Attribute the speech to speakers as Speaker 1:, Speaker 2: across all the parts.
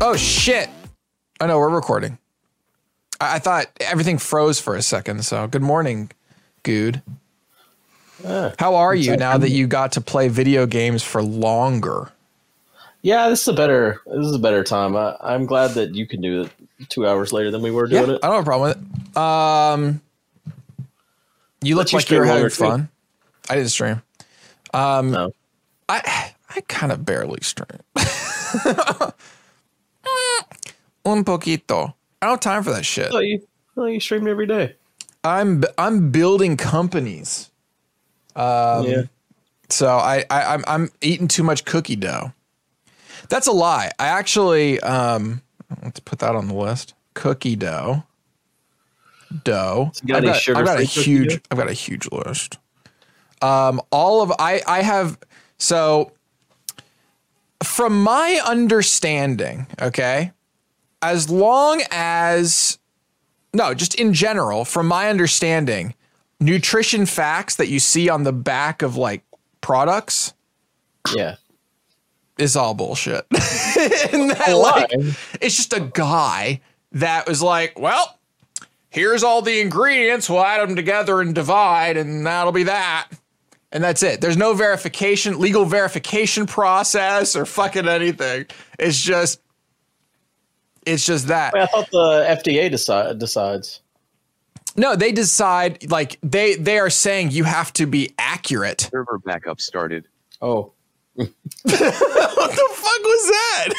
Speaker 1: Oh shit! I know we're recording. I, I thought everything froze for a second. So good morning, Good. How are you now that you got to play video games for longer?
Speaker 2: Yeah, this is a better this is a better time. I, I'm glad that you can do it two hours later than we were
Speaker 1: Yeah, I
Speaker 2: doing
Speaker 1: don't
Speaker 2: it.
Speaker 1: have a problem with it. Um, you look like
Speaker 2: you
Speaker 1: you're
Speaker 2: stream
Speaker 1: having
Speaker 2: longer, too.
Speaker 1: fun. I didn't stream.
Speaker 2: No.
Speaker 1: I I kind of barely stream. Un poquito. I don't have time for that shit.
Speaker 2: I thought you, I thought you streamed every day.
Speaker 1: I'm I'm building companies. Um,
Speaker 2: yeah.
Speaker 1: So I, I I'm I'm eating too much cookie dough. That's a lie. I actually um let's put that on the list. Cookie dough. Dough.
Speaker 2: you got
Speaker 1: I've
Speaker 2: any
Speaker 1: got, I've
Speaker 2: sugar-free
Speaker 1: got a
Speaker 2: cookie
Speaker 1: huge
Speaker 2: dough?
Speaker 1: I've got a huge list. Um all of I I have so from my understanding, okay? As long as no, just in general, from my understanding, nutrition facts that you see on the back of like products
Speaker 2: Yeah.
Speaker 1: is all bullshit. and that, like, it's just a guy that was like, well, here's all the ingredients. We'll add them together and divide, and that'll be that. And that's it. There's no verification, legal verification process or fucking anything. It's just, it's just that.
Speaker 2: I thought the FDA decide, decides.
Speaker 1: No, they decide like they they are saying you have to be accurate.
Speaker 3: Server backup started.
Speaker 2: Oh.
Speaker 1: what the fuck was that?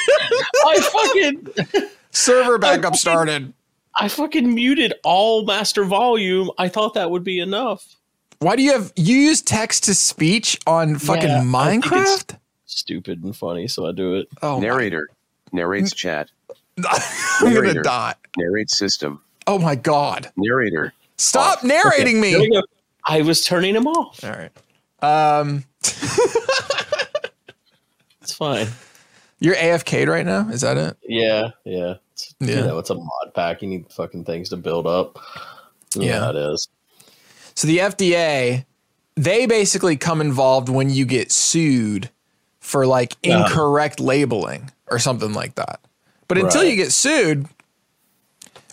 Speaker 2: I fucking
Speaker 1: Server backup started.
Speaker 2: I fucking muted all master volume. I thought that would be enough.
Speaker 1: Why do you have you use text to speech on fucking
Speaker 2: Yeah, I think it's-
Speaker 1: Minecraft?
Speaker 2: Stupid and funny, so I do it.
Speaker 1: Oh, my-
Speaker 3: Narrator. Narrates chat.
Speaker 1: I'm gonna
Speaker 3: narrator.
Speaker 1: die.
Speaker 3: Narrates system.
Speaker 1: Oh my god!
Speaker 3: Narrator.
Speaker 1: Stop narrating
Speaker 2: There we
Speaker 1: me.
Speaker 2: go. I was turning him off.
Speaker 1: All right. Um,
Speaker 2: It's fine.
Speaker 1: you're AFK'd right now. Is that it?
Speaker 2: Yeah, yeah. It's,
Speaker 1: Yeah.
Speaker 2: You know, it's a mod pack. You need fucking things to build up.
Speaker 1: Yeah.
Speaker 2: yeah it is.
Speaker 1: So the FDA, they basically come involved when you get sued for like
Speaker 2: Yeah.
Speaker 1: incorrect labeling or something like that. But until
Speaker 2: Right.
Speaker 1: you get sued,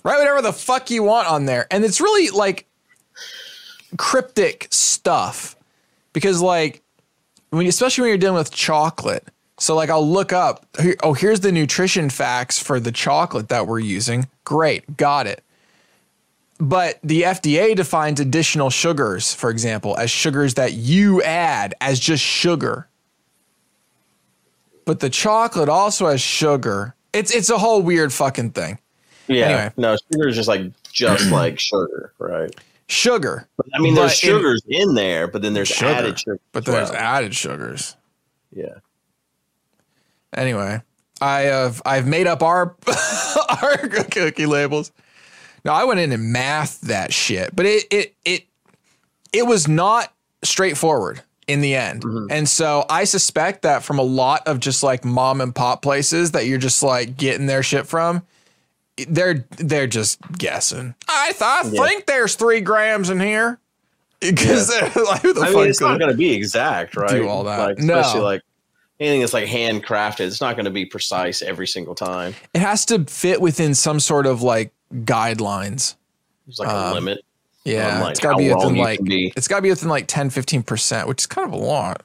Speaker 1: write whatever the fuck you want on there. And it's really like cryptic stuff because like when you- especially when you're dealing with chocolate. So like I'll look up here- oh here's the nutrition facts for the chocolate that we're using. Great, got it. But the FDA defines additional sugars, for example, as sugars that you add as just sugar. But the chocolate also has sugar. It's it's a whole weird fucking thing.
Speaker 2: Yeah.
Speaker 1: Anyway.
Speaker 2: No, sugar is just like just like sugar, right?
Speaker 1: Sugar.
Speaker 2: I mean,
Speaker 1: But
Speaker 2: there's
Speaker 1: in-
Speaker 2: sugars in, there, but then there's
Speaker 1: Sugar.
Speaker 2: added sugar.
Speaker 1: But
Speaker 2: as
Speaker 1: there's
Speaker 2: well.
Speaker 1: added sugars.
Speaker 2: yeah.
Speaker 1: Anyway, I have I've made up our our cookie labels. No, I went in and mathed that shit, but it it it it was not straightforward in the end.
Speaker 2: Mm-hmm.
Speaker 1: And so I suspect that from a lot of just like mom and pop places that you're just like getting their shit from, they're they're just guessing. I th- I
Speaker 2: Yeah.
Speaker 1: think there's three grams in here because they're like who the
Speaker 2: I
Speaker 1: fuck
Speaker 2: mean, it's
Speaker 1: could-
Speaker 2: not going to be exact, right?
Speaker 1: all that.
Speaker 2: Like,
Speaker 1: No.
Speaker 2: Especially like anything that's like handcrafted, it's not going to be precise every single time.
Speaker 1: it has to fit within some sort of like guidelines.
Speaker 2: There's like
Speaker 1: Um,
Speaker 2: a limit.
Speaker 1: Yeah,
Speaker 2: on, like,
Speaker 1: it's got to
Speaker 2: how
Speaker 1: be within
Speaker 2: wrong you
Speaker 1: like
Speaker 2: can be.
Speaker 1: it's got to be within like 10 15%, which is kind of a lot.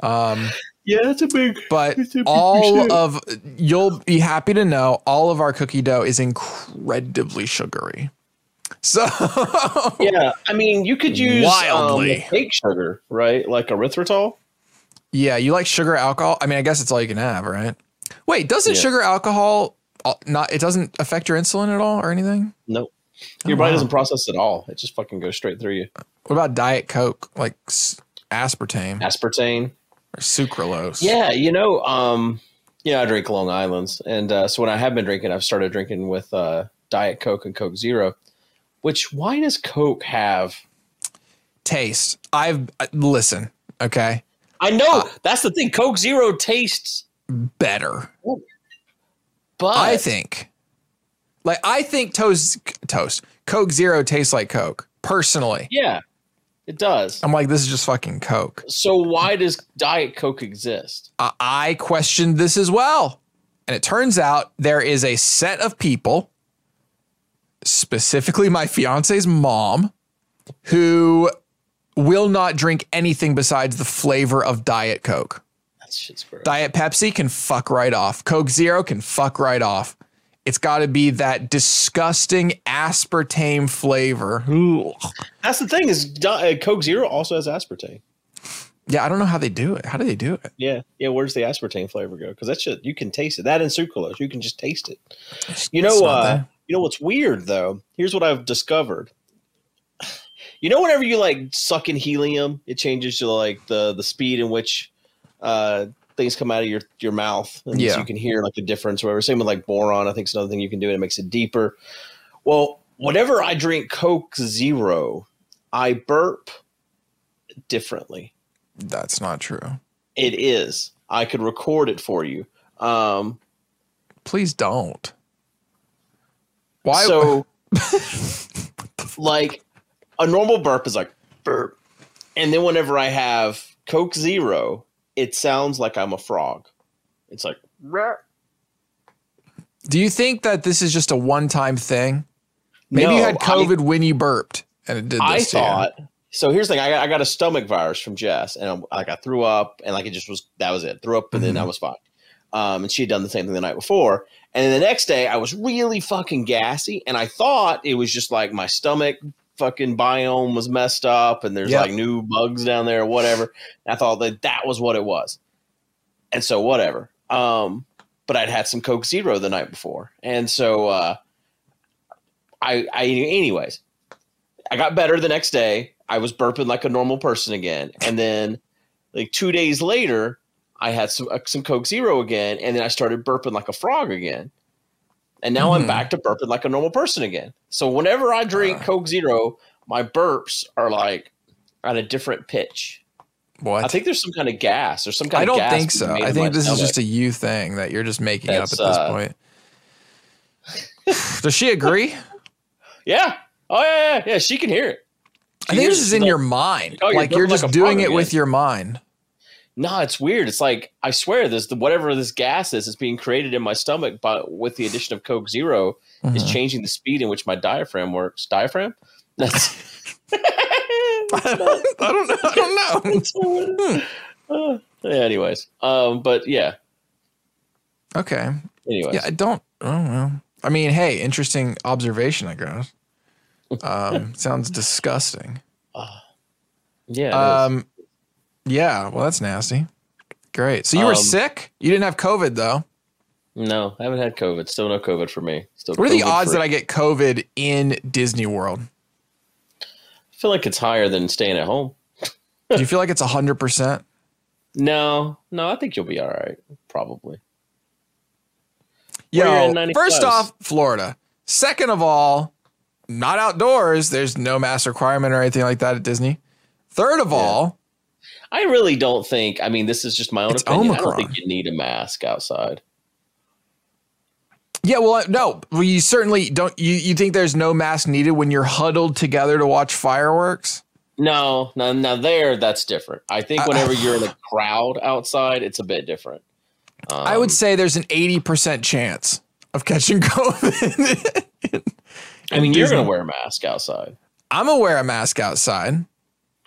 Speaker 1: Um,
Speaker 2: Yeah, that's a big.
Speaker 1: but
Speaker 2: It's a big
Speaker 1: all
Speaker 2: percent.
Speaker 1: of you'll be happy to know all of our cookie dough is incredibly sugary. So
Speaker 2: Yeah, I mean, you could use
Speaker 1: Oh. Wildly.
Speaker 2: um, cake sugar, right? Like erythritol.
Speaker 1: yeah, you like sugar alcohol? I mean, I guess it's all you can have, right? Wait, doesn't
Speaker 2: Yeah.
Speaker 1: sugar alcohol al- not it doesn't affect your insulin at all or anything?
Speaker 2: Nope.
Speaker 1: Oh,
Speaker 2: Your body
Speaker 1: wow.
Speaker 2: doesn't process it at all. It just fucking goes straight through you.
Speaker 1: What about diet coke like s- aspartame
Speaker 2: Aspartame.
Speaker 1: or sucralose?
Speaker 2: Yeah, you know, um, yeah, I drink Long Island's, and uh, so when I have been drinking, I've started drinking with uh, Diet Coke and Coke Zero. Which why does Coke have?
Speaker 1: Taste. I've uh, listen, okay?
Speaker 2: I know that's the thing. Coke Zero tastes,
Speaker 1: Better.
Speaker 2: but
Speaker 1: I think. Like I think toast toast Coke Zero tastes like Coke. Personally,
Speaker 2: yeah, it does.
Speaker 1: I'm like this is just fucking Coke.
Speaker 2: So why does Diet Coke exist?
Speaker 1: I, I questioned this as well. And it turns out there is a set of people, specifically my fiance's mom, who will not drink anything besides the flavor of Diet Coke.
Speaker 2: That shit's gross.
Speaker 1: Diet Pepsi can fuck right off. Coke Zero can fuck right off. It's got to be that disgusting aspartame flavor. Ugh.
Speaker 2: That's the thing is Di- uh, Coke Zero also has aspartame.
Speaker 1: Yeah, I don't know how they do it. How do they do it?
Speaker 2: Yeah, yeah. Where's the aspartame flavor go? Because that shit you can taste it. That and sucralose, you can just taste it. You know,
Speaker 1: It's not
Speaker 2: uh,
Speaker 1: there.
Speaker 2: you know what's weird though. Here's what I've discovered. You know, whenever you like suck in helium, it changes to like the the speed in which uh, things come out of your your mouth, and
Speaker 1: Yeah.
Speaker 2: so you can hear like the difference. Or whatever. Same with like boron. I think it's another thing you can do. And it makes it deeper. Well, whenever I drink Coke Zero, I burp differently.
Speaker 1: That's not true.
Speaker 2: It is. I could record it for you. Um,
Speaker 1: Please don't. Why?
Speaker 2: So, like, a normal burp is like burp, and then whenever I have Coke Zero, it sounds like I'm a frog. It's like
Speaker 1: do you think that this is just a one-time thing? Maybe you
Speaker 2: No,
Speaker 1: had
Speaker 2: I-
Speaker 1: COVID when you burped, and it did. This
Speaker 2: I
Speaker 1: to you.
Speaker 2: thought. So here's the thing: I got, I got a stomach virus from Jess, and I'm, like I threw up, and like it just was that was it. Threw up, and
Speaker 1: Mm-hmm.
Speaker 2: then I was fine. Um, and she had done the same thing the night before, and then the next day I was really fucking gassy, and I thought it was just like my stomach fucking biome was messed up, and there's
Speaker 1: Yep.
Speaker 2: like new bugs down there or whatever. And I thought that that was what it was, and so whatever. Um, but I'd had some Coke Zero the night before, and so uh, I, I, anyways, I got better the next day. I was burping like a normal person again, and then like two days later, I had some uh, some Coke Zero again, and then I started burping like a frog again, and now
Speaker 1: Mhm.
Speaker 2: I'm back to burping like a normal person again. So whenever I drink
Speaker 1: Ah.
Speaker 2: Coke Zero, my burps are like at a different pitch.
Speaker 1: What?
Speaker 2: I think there's some kind of gas or some kind
Speaker 1: I don't
Speaker 2: of gas
Speaker 1: think
Speaker 2: being
Speaker 1: so.
Speaker 2: made
Speaker 1: I
Speaker 2: in
Speaker 1: think
Speaker 2: my
Speaker 1: this is
Speaker 2: stomach.
Speaker 1: just a you thing that you're just making up at this
Speaker 2: That's, uh,
Speaker 1: point. Does she agree?
Speaker 2: Yeah. Oh yeah, yeah, yeah. She can hear it.
Speaker 1: I think
Speaker 2: hears
Speaker 1: this
Speaker 2: it.
Speaker 1: is
Speaker 2: She's
Speaker 1: in
Speaker 2: like,
Speaker 1: your mind.
Speaker 2: "Oh, you're
Speaker 1: like you're
Speaker 2: built like
Speaker 1: just
Speaker 2: a
Speaker 1: doing
Speaker 2: frog
Speaker 1: it with
Speaker 2: again."
Speaker 1: your mind.
Speaker 2: No, it's weird. It's like I swear this the, whatever this gas is is being created in my stomach, but with the addition of Coke 0 is
Speaker 1: Mhm.
Speaker 2: changing the speed in which my diaphragm works. Diaphragm? That's
Speaker 1: I don't know. I don't know.
Speaker 2: uh, anyways. Um, but yeah.
Speaker 1: Okay.
Speaker 2: Anyways.
Speaker 1: Yeah, I don't. I don't know. I mean, hey, interesting observation, I guess. Um, sounds disgusting.
Speaker 2: Yeah. it is.
Speaker 1: Um, yeah. Well, that's nasty. Great. So you were
Speaker 2: Um,
Speaker 1: sick. You didn't have COVID though.
Speaker 2: no, I haven't had COVID. Still no COVID for me. Still
Speaker 1: What are the
Speaker 2: COVID
Speaker 1: odds
Speaker 2: free.
Speaker 1: that I get COVID in Disney World?
Speaker 2: I feel like it's higher than staying at home?
Speaker 1: Do you feel like it's hundred percent?
Speaker 2: No, no, I think you'll be all right. Probably. Well, you're
Speaker 1: Yo,
Speaker 2: in 90
Speaker 1: first
Speaker 2: plus.
Speaker 1: off, Florida. Second of all, not outdoors. There's no mask requirement or anything like that at Disney. Third of all,
Speaker 2: I really don't think. I mean, this is just my own
Speaker 1: It's
Speaker 2: opinion. I
Speaker 1: Omicron.
Speaker 2: don't think you need a mask outside.
Speaker 1: yeah. Well, I- no, well, you certainly don't. You you think there's no mask needed when you're huddled together to watch fireworks?
Speaker 2: No, no, now there that's different. I think whenever you're in a crowd outside, it's a bit different. Um,
Speaker 1: I would say there's an eighty percent chance of catching COVID.
Speaker 2: I mean, you're
Speaker 1: Disney.
Speaker 2: going to wear a mask outside.
Speaker 1: I'm gonna wear a mask outside,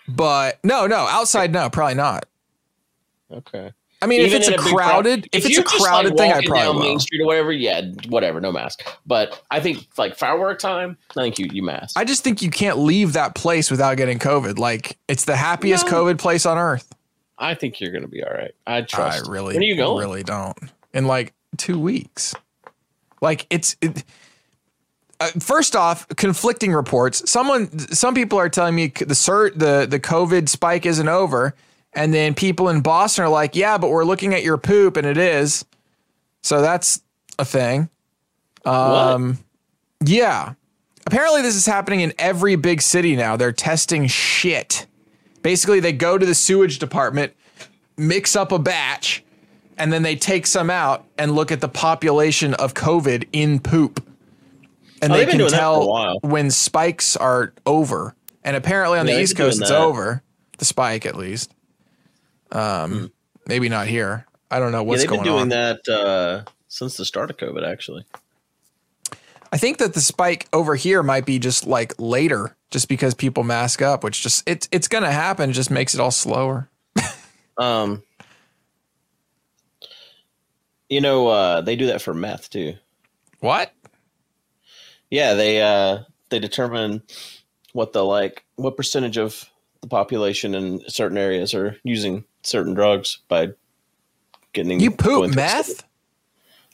Speaker 1: but no, no, outside, no, probably not.
Speaker 2: Okay.
Speaker 1: I mean, if it's a,
Speaker 2: in big crowd-
Speaker 1: crowded, if, it's a
Speaker 2: you're just, like,
Speaker 1: crowded thing, I
Speaker 2: walking down
Speaker 1: probably will.
Speaker 2: Main Street or whatever. Yeah, whatever, no mask. But I think like firework time. I think you you mask.
Speaker 1: I just think you can't leave that place without getting COVID. Like it's the happiest
Speaker 2: No.
Speaker 1: COVID place on earth.
Speaker 2: I think you're going to be all right. I trust.
Speaker 1: I really,
Speaker 2: Where are you going?
Speaker 1: really don't. In like two weeks. Like it's. It, uh, first off, conflicting reports. Someone, some people are telling me c- the cert, the the COVID spike isn't over, and then people in Boston are like, "Yeah, but we're looking at your poop, and it is." So that's a thing. Um, Yeah. Apparently, this is happening in every big city now. They're testing shit. Basically, they go to the sewage department, mix up a batch, and then they take some out and look at the population of COVID in poop. And
Speaker 2: Oh,
Speaker 1: they
Speaker 2: they've been
Speaker 1: can
Speaker 2: doing that for a
Speaker 1: tell
Speaker 2: while.
Speaker 1: when spikes are over. And apparently, on
Speaker 2: Yeah,
Speaker 1: the
Speaker 2: they've
Speaker 1: East
Speaker 2: been
Speaker 1: Coast,
Speaker 2: doing
Speaker 1: it's
Speaker 2: that.
Speaker 1: over. The spike, at least. Um, Maybe not here. I don't know
Speaker 2: Hmm. yeah,
Speaker 1: what's
Speaker 2: they've
Speaker 1: going
Speaker 2: been doing
Speaker 1: on.
Speaker 2: that. Uh, since the start of COVID, actually.
Speaker 1: I think that the spike over here might be just like later, just because people mask up, which just it's it's gonna happen. It just makes it all slower.
Speaker 2: Um, you know, uh, they do that for meth too.
Speaker 1: What?
Speaker 2: Yeah, they uh, they determine what the like what percentage of the population in certain areas are using certain drugs by getting
Speaker 1: You
Speaker 2: going
Speaker 1: poop
Speaker 2: through-
Speaker 1: meth?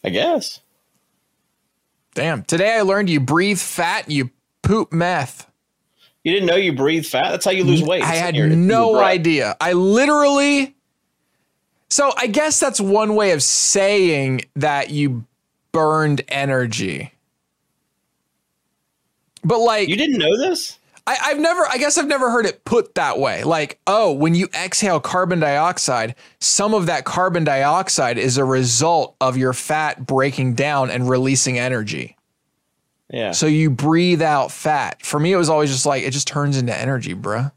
Speaker 2: I guess.
Speaker 1: Damn. Today I learned you breathe fat and you poop meth.
Speaker 2: You didn't know you breathe fat. That's how you lose weight.
Speaker 1: I
Speaker 2: It's in
Speaker 1: had
Speaker 2: your- it's in your
Speaker 1: no
Speaker 2: breath.
Speaker 1: idea. I literally. So I guess that's one way of saying that you burned energy. But like
Speaker 2: You didn't know this?
Speaker 1: I, I've never, I guess I've never heard it put that way. Like, oh, when you exhale carbon dioxide, some of that carbon dioxide is a result of your fat breaking down and releasing energy.
Speaker 2: Yeah.
Speaker 1: So you breathe out fat. For me, it was always just like, it just turns into energy, bruh.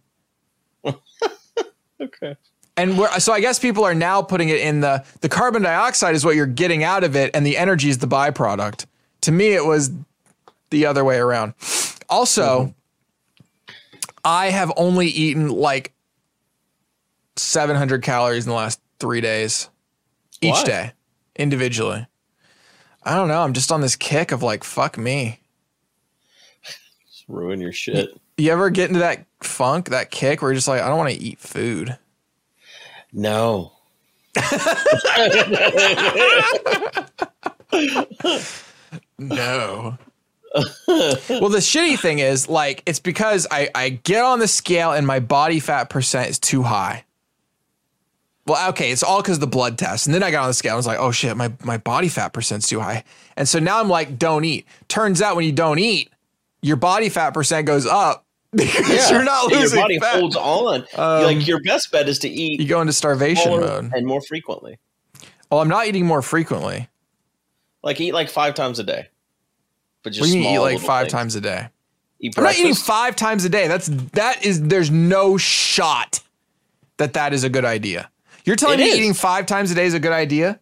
Speaker 2: okay.
Speaker 1: And we're, so I guess people are now putting it in the, the carbon dioxide is what you're getting out of it, and the energy is the byproduct. To me, it was the other way around. Also, I have only eaten like 700 calories in the last three days each
Speaker 2: Why?
Speaker 1: day individually. I don't know. I'm just on this kick of like, fuck me.
Speaker 2: Just ruin your shit.
Speaker 1: You ever get into that funk, that kick where you're just like, I don't want to eat food?
Speaker 2: No.
Speaker 1: No. well, the shitty thing is, like, it's because I, I get on the scale and my body fat percent is too high. Well, okay, it's all because the blood test. And then I got on the scale and was like, oh shit, my, my body fat percent's too high. And so now I'm like, don't eat. Turns out when you don't eat, your body fat percent goes up because you're not
Speaker 2: Yeah,
Speaker 1: losing
Speaker 2: Your body
Speaker 1: fat.
Speaker 2: holds on.
Speaker 1: Um,
Speaker 2: like your best bet is to
Speaker 1: you
Speaker 2: eat
Speaker 1: go into starvation
Speaker 2: more
Speaker 1: mode.
Speaker 2: and more frequently.
Speaker 1: Well, I'm not eating more frequently.
Speaker 2: Like eat like five times a day. But just
Speaker 1: We need to eat
Speaker 2: small
Speaker 1: like
Speaker 2: little
Speaker 1: five
Speaker 2: things.
Speaker 1: times a day.
Speaker 2: Eat
Speaker 1: I'm not eating
Speaker 2: breakfast.
Speaker 1: five times a day. That's that is there's no shot that that is a good idea. You're telling
Speaker 2: It
Speaker 1: me
Speaker 2: is.
Speaker 1: eating five times a day is a good idea?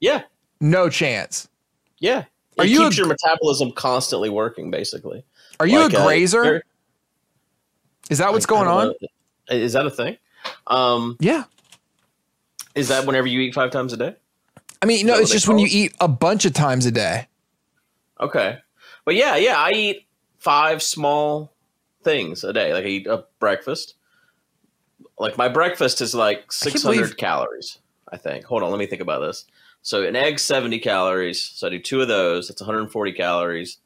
Speaker 2: Yeah.
Speaker 1: No chance.
Speaker 2: Yeah.
Speaker 1: Are
Speaker 2: it
Speaker 1: you
Speaker 2: keeps
Speaker 1: a-
Speaker 2: your metabolism constantly working, basically.
Speaker 1: Are you
Speaker 2: Like,
Speaker 1: a
Speaker 2: uh,
Speaker 1: grazer?
Speaker 2: there-
Speaker 1: is that what's
Speaker 2: I don't
Speaker 1: going on?
Speaker 2: know. Is that a thing? Um,
Speaker 1: Yeah.
Speaker 2: is that whenever you eat five times a day?
Speaker 1: I mean, no,
Speaker 2: that
Speaker 1: it's
Speaker 2: what they
Speaker 1: just when
Speaker 2: call
Speaker 1: you eat a bunch of times a day.
Speaker 2: Okay. But yeah, yeah, I eat five small things a day. Like I eat a breakfast. Like my breakfast is like
Speaker 1: can't
Speaker 2: 600
Speaker 1: believe-
Speaker 2: calories, I think. Hold on, let me think about this. So an egg 70 calories. So I do two of those. That's 140 calories.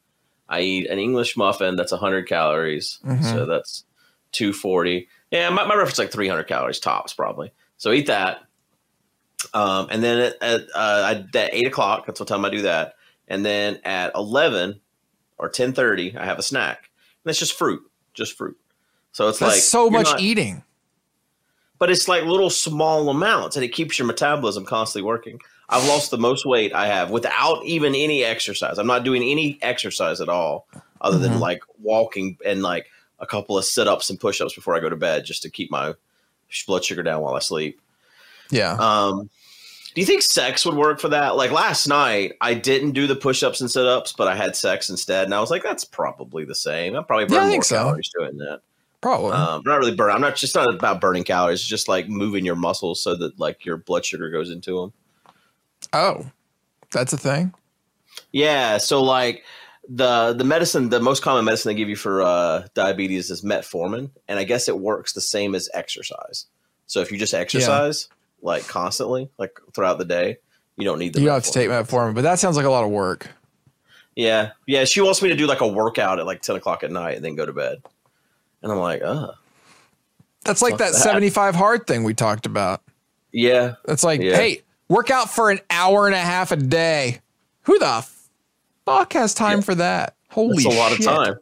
Speaker 2: I eat an English muffin. That's 100 calories.
Speaker 1: Mhm.
Speaker 2: So that's 240. Yeah, my, my breakfast is like 300 calories tops probably. So eat that. Um, and then at, at, uh, I- at eight o'clock, that's what time I do that. And then at eleven or ten thirty, I have a snack, and it's just fruit, just fruit. So it's
Speaker 1: That's
Speaker 2: like
Speaker 1: so
Speaker 2: you're
Speaker 1: much e-,
Speaker 2: not-
Speaker 1: eating.
Speaker 2: but it's like little small amounts, and it keeps your metabolism constantly working. I've lost the most weight I have without even any exercise. I'm not doing any exercise at all, other than
Speaker 1: Mhm.
Speaker 2: like walking and like a couple of sit ups and push ups before I go to bed, just to keep my sh- blood sugar down while I sleep.
Speaker 1: Yeah.
Speaker 2: Um, do you think sex would work for that? Like last night, I didn't do the push-ups and sit-ups, but I had sex instead, and I was like, that's probably the same. I probably
Speaker 1: Yeah, I
Speaker 2: burn more
Speaker 1: think so.
Speaker 2: calories doing that.
Speaker 1: Probably.
Speaker 2: Um, not really burn. I'm not just not about burning calories. It's just like moving your muscles so that like your blood sugar goes into them.
Speaker 1: oh. That's a thing.
Speaker 2: Yeah. So like the the medicine, the most common medicine they give you for uh, diabetes is metformin, and I guess it works the same as exercise. So if you just exercise like constantly, like throughout the day, you don't need the
Speaker 1: You don't have to
Speaker 2: metformin.
Speaker 1: take metformin, but that sounds like a lot of work.
Speaker 2: Yeah, yeah. She wants me to do like a workout at like ten o'clock at night and then go to bed. And I'm like, uh,
Speaker 1: That's like
Speaker 2: Fuck
Speaker 1: that,
Speaker 2: that.
Speaker 1: 75 hard thing we talked about.
Speaker 2: yeah,
Speaker 1: It's like,
Speaker 2: Yeah.
Speaker 1: hey, work out for an hour and a half a day. Who the fuck has time for that? Holy
Speaker 2: it's a lot
Speaker 1: shit.
Speaker 2: of time.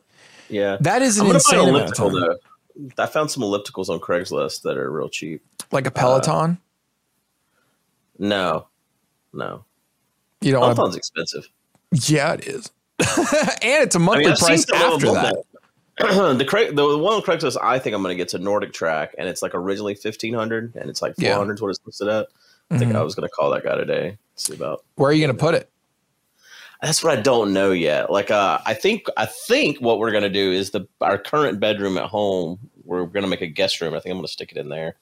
Speaker 2: Yeah,
Speaker 1: That is
Speaker 2: I'm
Speaker 1: an
Speaker 2: gonna buy
Speaker 1: insane
Speaker 2: an
Speaker 1: amount of
Speaker 2: elliptical
Speaker 1: time.
Speaker 2: though. I found some ellipticals on Craigslist that are real cheap.
Speaker 1: Like a Peloton.
Speaker 2: Uh, No, no,
Speaker 1: you don't want
Speaker 2: Peloton's expensive.
Speaker 1: to, Yeah, it is. and it's a monthly
Speaker 2: I've seen
Speaker 1: price
Speaker 2: some of
Speaker 1: after
Speaker 2: them
Speaker 1: that.
Speaker 2: that- the Craig, the one on Craigslist I think I'm gonna get to Nordic Track, and it's like originally fifteen hundred, and it's like
Speaker 1: Yeah.
Speaker 2: uh, four hundred is what it's listed at. I think I was gonna call that guy today. See about
Speaker 1: Mm-hmm. Where are you going to put it?
Speaker 2: That's what I don't know yet. Like, uh, I think I think what we're gonna do is the our current bedroom at home. We're gonna make a guest room. I think I'm gonna stick it in there.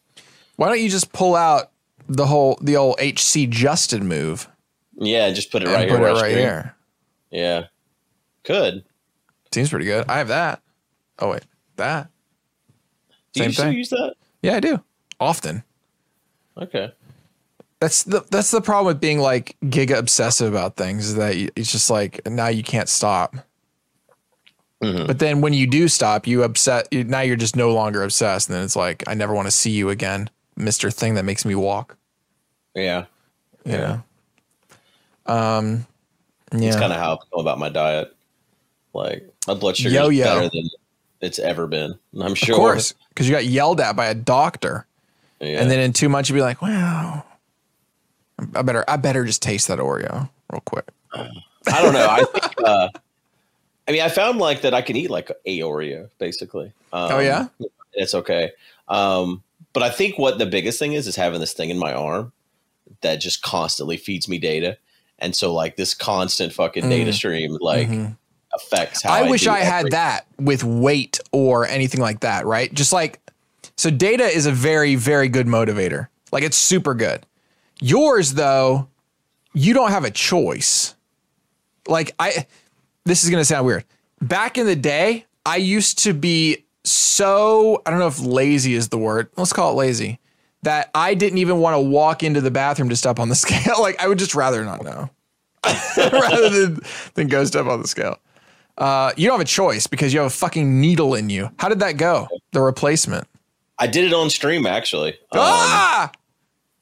Speaker 1: Why don't you just pull out the whole the old HC Justin move
Speaker 2: Yeah, just put it
Speaker 1: and
Speaker 2: right
Speaker 1: put
Speaker 2: here.
Speaker 1: it
Speaker 2: on
Speaker 1: right
Speaker 2: screen.
Speaker 1: here?
Speaker 2: Yeah, could.
Speaker 1: Seems pretty good. I have that. Oh wait, that.
Speaker 2: Do
Speaker 1: Same
Speaker 2: you still
Speaker 1: thing.
Speaker 2: use that?
Speaker 1: Yeah, I do. Often.
Speaker 2: Okay.
Speaker 1: That's the that's the problem with being like giga obsessive about things is that you, it's just like now you can't stop.
Speaker 2: Mhm.
Speaker 1: But then when you do stop, you upset. You, now you're just no longer obsessed, and then it's like I never want to see you again, Mister Thing that makes me walk.
Speaker 2: Yeah,
Speaker 1: You
Speaker 2: Yeah.
Speaker 1: know? Um. Yeah.
Speaker 2: it's kind of how I feel about my diet. Like my blood sugar
Speaker 1: Yo-yo.
Speaker 2: is better than it's ever been. And I'm sure.
Speaker 1: of course, because you got yelled at by a doctor,
Speaker 2: Yeah.
Speaker 1: and then in two months you'd be like, "Wow, I better, I better just taste that Oreo real quick."
Speaker 2: I don't know. I think, uh, I mean, I found like that I can eat like a Oreo basically. Um,
Speaker 1: Oh, yeah?
Speaker 2: it's okay. Um, but I think what the biggest thing is is having this thing in my arm that just constantly feeds me data, and so like this constant fucking data stream like affects how I,
Speaker 1: Mm. Mm-hmm. I, wish
Speaker 2: do
Speaker 1: I had
Speaker 2: every-
Speaker 1: that with weight or anything like that, right? Just like so data is a very very good motivator. Like it's super good. Yours though, you don't have a choice. Like I this is going to sound weird. Back in the day, I used to be so I don't know if lazy is the word. Let's call it lazy. That I didn't even want to walk into the bathroom to step on the scale. Like I would just rather not know. rather than than go step on the scale. Uh, you don't have a choice because you have a fucking needle in you. How did that go? The replacement.
Speaker 2: I did it on stream actually. Um,
Speaker 1: ah!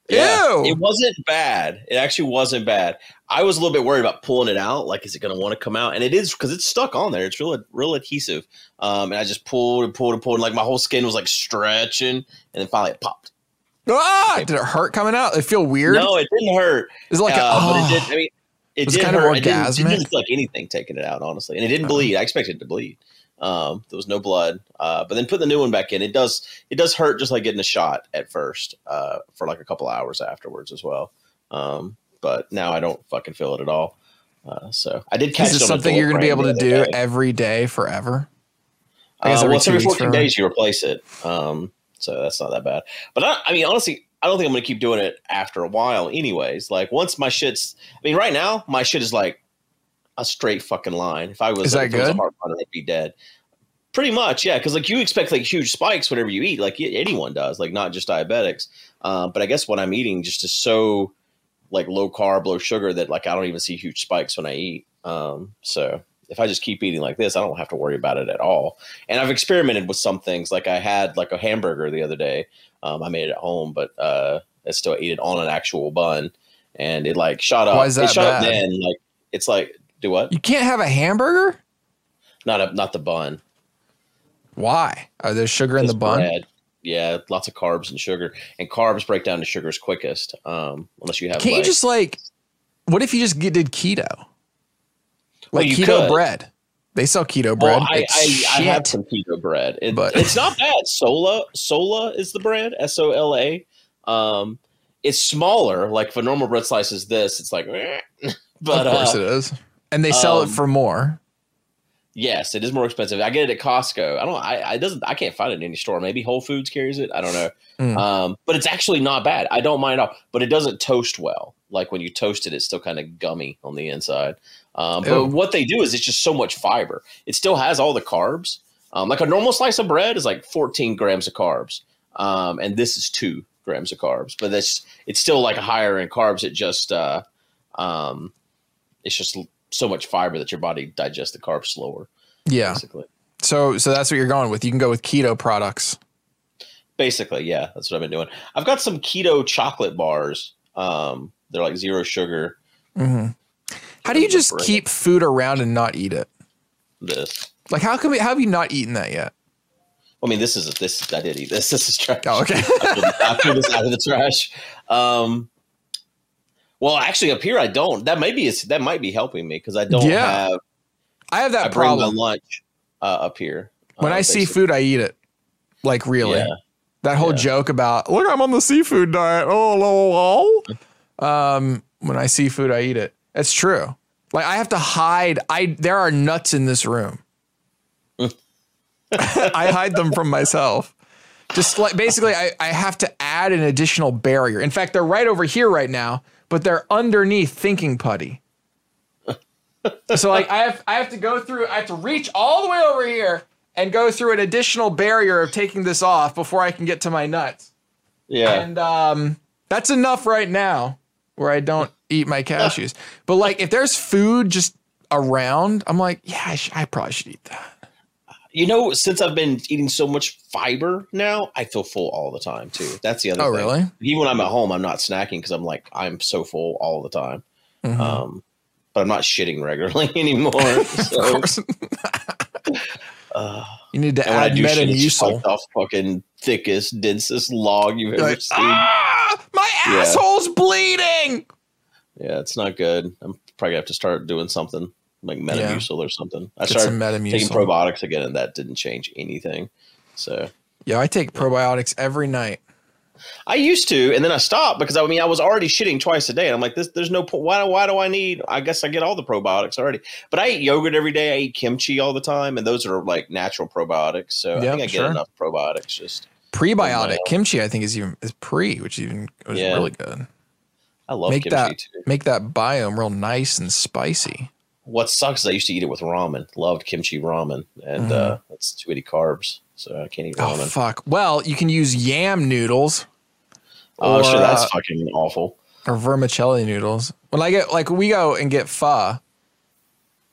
Speaker 2: Yeah.
Speaker 1: Ew!
Speaker 2: It wasn't bad. It actually wasn't bad. I was a little bit worried about pulling it out. Like, is it going to want to come out? And it is because it's stuck on there. It's real, real adhesive. Um, and I just pulled and pulled and pulled. And, like my whole skin was like stretching, and then finally it popped.
Speaker 1: Ah! Did it hurt coming out? It feel weird?
Speaker 2: No, it didn't hurt.
Speaker 1: Is it like a-
Speaker 2: Uh, but
Speaker 1: ah.
Speaker 2: it did. I mean, it
Speaker 1: Was it
Speaker 2: did
Speaker 1: kind of
Speaker 2: hurt. It didn't, it
Speaker 1: orgasmic? Oh.
Speaker 2: didn't look like anything taking it out, honestly. And it didn't bleed. I expected it to bleed. Um, there was no blood. Uh, but then putting the new one back in, it does it does hurt just like getting a shot at first uh, for like a couple hours afterwards as well. Um, but now I don't fucking feel it at all. Uh, so I did catch
Speaker 1: Is
Speaker 2: it on
Speaker 1: this
Speaker 2: a
Speaker 1: something you're going to be able
Speaker 2: Doloprane
Speaker 1: to
Speaker 2: the other
Speaker 1: do
Speaker 2: day.
Speaker 1: every day forever? I guess
Speaker 2: Uh,
Speaker 1: every
Speaker 2: well, it's
Speaker 1: two
Speaker 2: every
Speaker 1: weeks
Speaker 2: 14
Speaker 1: forever.
Speaker 2: days you replace it. Um, so that's not that bad. But I, I mean, honestly, I don't think I'm going to keep doing it after a while, anyways. Like, once my shit's, I mean, right now, my shit is like a straight fucking line. If I was,
Speaker 1: Is that
Speaker 2: if it was a
Speaker 1: good?
Speaker 2: hard runner, I'd be dead. Pretty much, yeah. Because, like, you expect like huge spikes whenever you eat, like y- anyone does, like, not just diabetics. Uh, but I guess what I'm eating just is so like low carb, low sugar that like I don't even see huge spikes when I eat. Um, so if I just keep eating like this, I don't have to worry about it at all. And I've experimented with some things. Like I had like a hamburger the other day. Um, I made it at home, but uh, I still ate it on an actual bun, and it like shot up.
Speaker 1: Why is
Speaker 2: it
Speaker 1: that
Speaker 2: shot up
Speaker 1: bad?
Speaker 2: then. Like it's like do what?
Speaker 1: You can't have a hamburger?
Speaker 2: Not a, not the bun.
Speaker 1: Why? Are there sugar in the
Speaker 2: Just
Speaker 1: bun?
Speaker 2: bread. Yeah, lots of carbs and sugar, and carbs break down to sugars quickest. Um, unless you have
Speaker 1: Can't you
Speaker 2: like-
Speaker 1: just like, what if you just get, did keto?
Speaker 2: Well,
Speaker 1: Like
Speaker 2: you
Speaker 1: keto
Speaker 2: could.
Speaker 1: bread. They sell keto bread.
Speaker 2: Well, I,
Speaker 1: It's
Speaker 2: I, I had
Speaker 1: shit.
Speaker 2: some keto bread. It-
Speaker 1: But-
Speaker 2: it's not bad. Sola Sola is the brand. S O L A. Um, it's smaller. Like if a normal bread slice is this, it's like. eh. But
Speaker 1: of course
Speaker 2: uh,
Speaker 1: it is. And they sell it
Speaker 2: um,
Speaker 1: for more.
Speaker 2: yes, it is more expensive. I get it at Costco. I don't. I, I doesn't. I can't find it in any store. Maybe Whole Foods carries it. I don't know.
Speaker 1: Mm.
Speaker 2: Um, but it's actually not bad. I don't mind at all. But it doesn't toast well. Like when you toast it, it's still kind of gummy on the inside. Um,
Speaker 1: Ew.
Speaker 2: but what they do is it's just so much fiber. It still has all the carbs. Um, like a normal slice of bread is like 14 grams of carbs, um, and this is two grams of carbs. But that's it's still like higher in carbs. It just uh, um, it's just l- so much fiber that your body digests the carbs slower,
Speaker 1: Yeah.
Speaker 2: basically.
Speaker 1: So so that's what you're going with. You can go with keto products.
Speaker 2: Basically, yeah, that's what I've been doing. I've got some keto chocolate bars. Um, they're like zero sugar.
Speaker 1: Mm-hmm. How do you just
Speaker 2: Right.
Speaker 1: keep food around and not eat it?
Speaker 2: This,
Speaker 1: Like how can we how have you not eaten that yet?
Speaker 2: I mean, this is this. I did eat this. This is trash.
Speaker 1: Oh, okay.
Speaker 2: I threw this out of the trash. Um, well, actually, up here I don't. That maybe is that might be helping me because I don't
Speaker 1: Yeah,
Speaker 2: have.
Speaker 1: I have that
Speaker 2: I bring my
Speaker 1: problem.
Speaker 2: lunch uh, up here
Speaker 1: When
Speaker 2: uh,
Speaker 1: I see
Speaker 2: basically.
Speaker 1: food, I eat it. Like really.
Speaker 2: Yeah.
Speaker 1: That whole
Speaker 2: Yeah.
Speaker 1: joke about look, I'm on the seafood diet. Oh lol. Um when I see food, I eat it. That's true. Like I have to hide. I there are nuts in this room. I hide them from myself. Just like basically, I, I have to add an additional barrier. In fact, they're right over here right now, but they're underneath thinking putty. so like I have I have to go through. I have to reach all the way over here and go through an additional barrier of taking this off before I can get to my nuts.
Speaker 2: Yeah.
Speaker 1: And um, that's enough right now where I don't eat my cashews. but like, if there's food just around, I'm like, yeah, I, sh- I probably should eat that.
Speaker 2: you know, since I've been eating so much fiber now, I feel full all the time too. That's the other.
Speaker 1: Oh,
Speaker 2: thing.
Speaker 1: really?
Speaker 2: Even when I'm at home, I'm not snacking because I'm like I'm so full all the time.
Speaker 1: Mhm.
Speaker 2: Um, but I'm not shitting regularly anymore.
Speaker 1: Of
Speaker 2: So,
Speaker 1: course.
Speaker 2: uh,
Speaker 1: you need to
Speaker 2: Oh. and when I
Speaker 1: add
Speaker 2: do shit, it's
Speaker 1: Metamucil.
Speaker 2: fucked off fucking thickest, densest log you've
Speaker 1: You're
Speaker 2: ever
Speaker 1: Like,
Speaker 2: seen.
Speaker 1: ah, my
Speaker 2: Yeah.
Speaker 1: asshole's bleeding.
Speaker 2: Yeah, it's not good. I'm probably gonna have to start doing something like Metamucil or something. I
Speaker 1: Get some
Speaker 2: started taking
Speaker 1: Metamucil.
Speaker 2: probiotics again, and that didn't change anything. So
Speaker 1: yeah, I take probiotics every night.
Speaker 2: I used to, and then I stopped because I mean I was already shitting twice a day, and I'm like, this, there's no point. Why, why do I need? I guess I get all the probiotics already. But I eat yogurt every day. I eat kimchi all the time, and those are like natural probiotics. So I
Speaker 1: Yeah,
Speaker 2: think I
Speaker 1: sure.
Speaker 2: get enough probiotics. Just
Speaker 1: Prebiotic
Speaker 2: Wow.
Speaker 1: kimchi, I think, is even is pre, which even is
Speaker 2: Oh, Yeah.
Speaker 1: really good.
Speaker 2: I love
Speaker 1: Make
Speaker 2: kimchi
Speaker 1: that-
Speaker 2: too.
Speaker 1: Make that biome real nice and spicy.
Speaker 2: What sucks is I used to eat it with ramen. Loved kimchi ramen,
Speaker 1: Mhm.
Speaker 2: and uh, that's too many carbs, so I can't eat
Speaker 1: Oh
Speaker 2: ramen.
Speaker 1: fuck! Well, you can use yam noodles.
Speaker 2: Oh,
Speaker 1: Or,
Speaker 2: sure, that's
Speaker 1: uh,
Speaker 2: fucking awful.
Speaker 1: or vermicelli noodles. When I get like we go and get pho,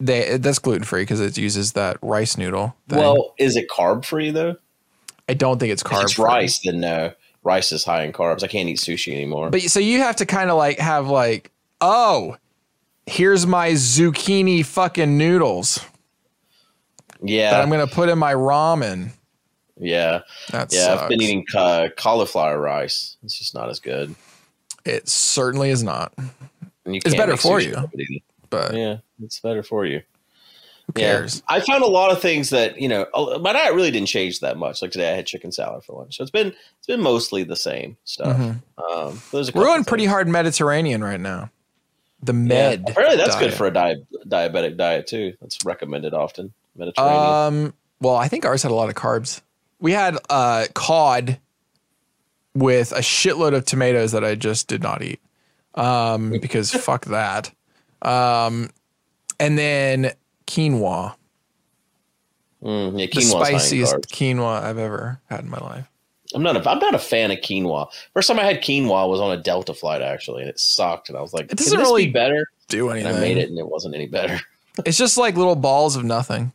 Speaker 1: they that's gluten free because it uses that rice noodle. Thing.
Speaker 2: Well, is it carb free though?
Speaker 1: I don't think it's
Speaker 2: If
Speaker 1: carb
Speaker 2: it's rice, then no. Rice is high in carbs. I can't eat sushi anymore.
Speaker 1: But so you have to kind of like have like oh, here's my zucchini fucking noodles that
Speaker 2: yeah,
Speaker 1: I'm gonna put in my ramen.
Speaker 2: yeah.
Speaker 1: That
Speaker 2: Yeah,
Speaker 1: sucks.
Speaker 2: I've been eating ca- cauliflower rice. It's just not as good.
Speaker 1: It certainly is not,
Speaker 2: And you
Speaker 1: It's better
Speaker 2: make
Speaker 1: for
Speaker 2: sushi
Speaker 1: you.
Speaker 2: with it
Speaker 1: but
Speaker 2: either. Yeah, it's better for you.
Speaker 1: who cares?
Speaker 2: Yeah. I found a lot of things that you know a- my diet really didn't change that much. Like today, I had chicken salad for lunch, so it's been it's been mostly the same stuff.
Speaker 1: Mhm.
Speaker 2: Um, there's a
Speaker 1: We're
Speaker 2: couple
Speaker 1: on pretty
Speaker 2: things.
Speaker 1: hard Mediterranean right now. The
Speaker 2: Yeah.
Speaker 1: med.
Speaker 2: Apparently, that's
Speaker 1: diet.
Speaker 2: good for a di- diabetic diet too. That's recommended often. Mediterranean.
Speaker 1: Um, well, I think ours had a lot of carbs. We had uh, cod with a shitload of tomatoes that I just did not eat um,
Speaker 2: Mm.
Speaker 1: because fuck that. Um, and then quinoa,
Speaker 2: Mm, yeah,
Speaker 1: the
Speaker 2: quinoa's high in
Speaker 1: spiciest
Speaker 2: carbs.
Speaker 1: quinoa I've ever had in my life.
Speaker 2: I'm not a I'm not a fan of quinoa. First time I had quinoa was on a Delta flight actually, and it sucked. And I was like,
Speaker 1: It
Speaker 2: it
Speaker 1: doesn't
Speaker 2: doesn't really
Speaker 1: really-
Speaker 2: be better.
Speaker 1: Do
Speaker 2: And
Speaker 1: anything?
Speaker 2: I made it, and it wasn't any better.
Speaker 1: It's just like little balls of nothing,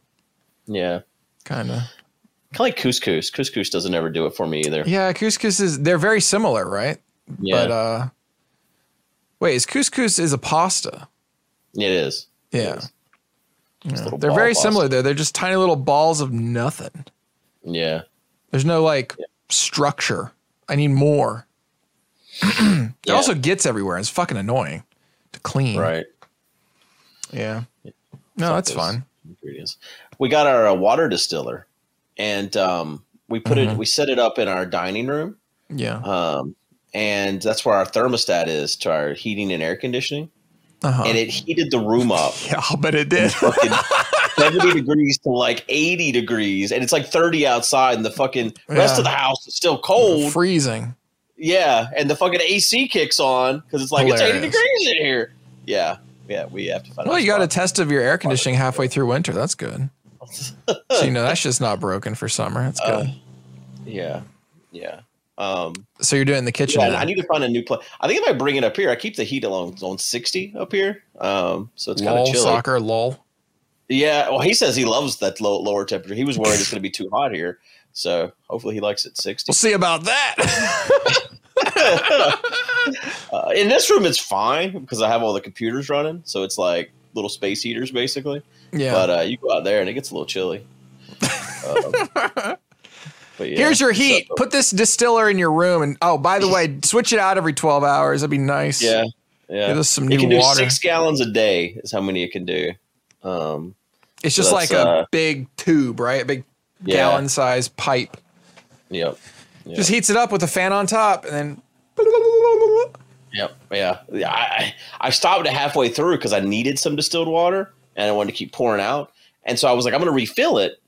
Speaker 2: Yeah.
Speaker 1: kind of.
Speaker 2: Kind of like couscous. Couscous doesn't ever do it for me either.
Speaker 1: Yeah, couscous is they're very similar, right?
Speaker 2: Yeah,
Speaker 1: But uh, wait, is couscous is a pasta?
Speaker 2: it is. It
Speaker 1: Yeah.
Speaker 2: is. Just little
Speaker 1: They're
Speaker 2: ball
Speaker 1: very
Speaker 2: balls.
Speaker 1: similar though. They're just tiny little balls of nothing.
Speaker 2: Yeah.
Speaker 1: There's no like structure. I need more. it
Speaker 2: Yeah.
Speaker 1: also gets everywhere. It's fucking annoying to clean.
Speaker 2: Right.
Speaker 1: Yeah. No,
Speaker 2: Fuck
Speaker 1: that's
Speaker 2: those
Speaker 1: fine.
Speaker 2: Ingredients. We got our uh, water distiller, and um, we put
Speaker 1: Mhm.
Speaker 2: it. We set it up in our dining room,
Speaker 1: Yeah.
Speaker 2: um, and that's where our thermostat is to our heating and air conditioning.
Speaker 1: Uh-huh.
Speaker 2: And it heated the room up
Speaker 1: yeah, I'll bet it did.
Speaker 2: fucking 70 degrees to like 80 degrees and it's like 30 outside and the fucking
Speaker 1: Yeah.
Speaker 2: rest of the house is still cold
Speaker 1: Freezing.
Speaker 2: yeah and the fucking ac kicks on because it's like it's 80
Speaker 1: Hilarious.
Speaker 2: degrees in here yeah yeah we have to find
Speaker 1: Well,
Speaker 2: out
Speaker 1: you got a
Speaker 2: spot.
Speaker 1: test of your air conditioning halfway through winter. That's good. So you know that's just not broken for summer. That's good.
Speaker 2: Uh, yeah yeah um
Speaker 1: so you're doing the kitchen.
Speaker 2: yeah, and
Speaker 1: now.
Speaker 2: i need to find a new place i think i might bring it up here i keep the heat alone on 60 up here um so it's kind
Speaker 1: lol
Speaker 2: of chilly
Speaker 1: soccer lol.
Speaker 2: yeah well he says he loves that low, lower temperature he was worried it's going to be too hot here so hopefully he likes it 60
Speaker 1: We'll see about that.
Speaker 2: Uh, in this room, it's fine because I have all the computers running, so it's like little space heaters basically.
Speaker 1: yeah.
Speaker 2: But uh, you go out there and it gets a little chilly. Um, but yeah,
Speaker 1: Here's your
Speaker 2: so-
Speaker 1: heat. Put this distiller in your room, and oh, by the way, switch it out every 12 hours. That'd be nice.
Speaker 2: yeah, yeah.
Speaker 1: Give us some
Speaker 2: it
Speaker 1: new
Speaker 2: can do
Speaker 1: water.
Speaker 2: six gallons a day is how many it can do. Um,
Speaker 1: it's just
Speaker 2: so
Speaker 1: like
Speaker 2: that's,
Speaker 1: a
Speaker 2: uh,
Speaker 1: big tube, right? A big
Speaker 2: yeah,
Speaker 1: gallon size pipe.
Speaker 2: Yep. Yeah.
Speaker 1: Just heats it up with a fan on top, and then
Speaker 2: Yep. Yeah. Yeah. I, I I stopped it halfway through because I needed some distilled water and I wanted to keep pouring out. And so I was like, I'm going to refill it.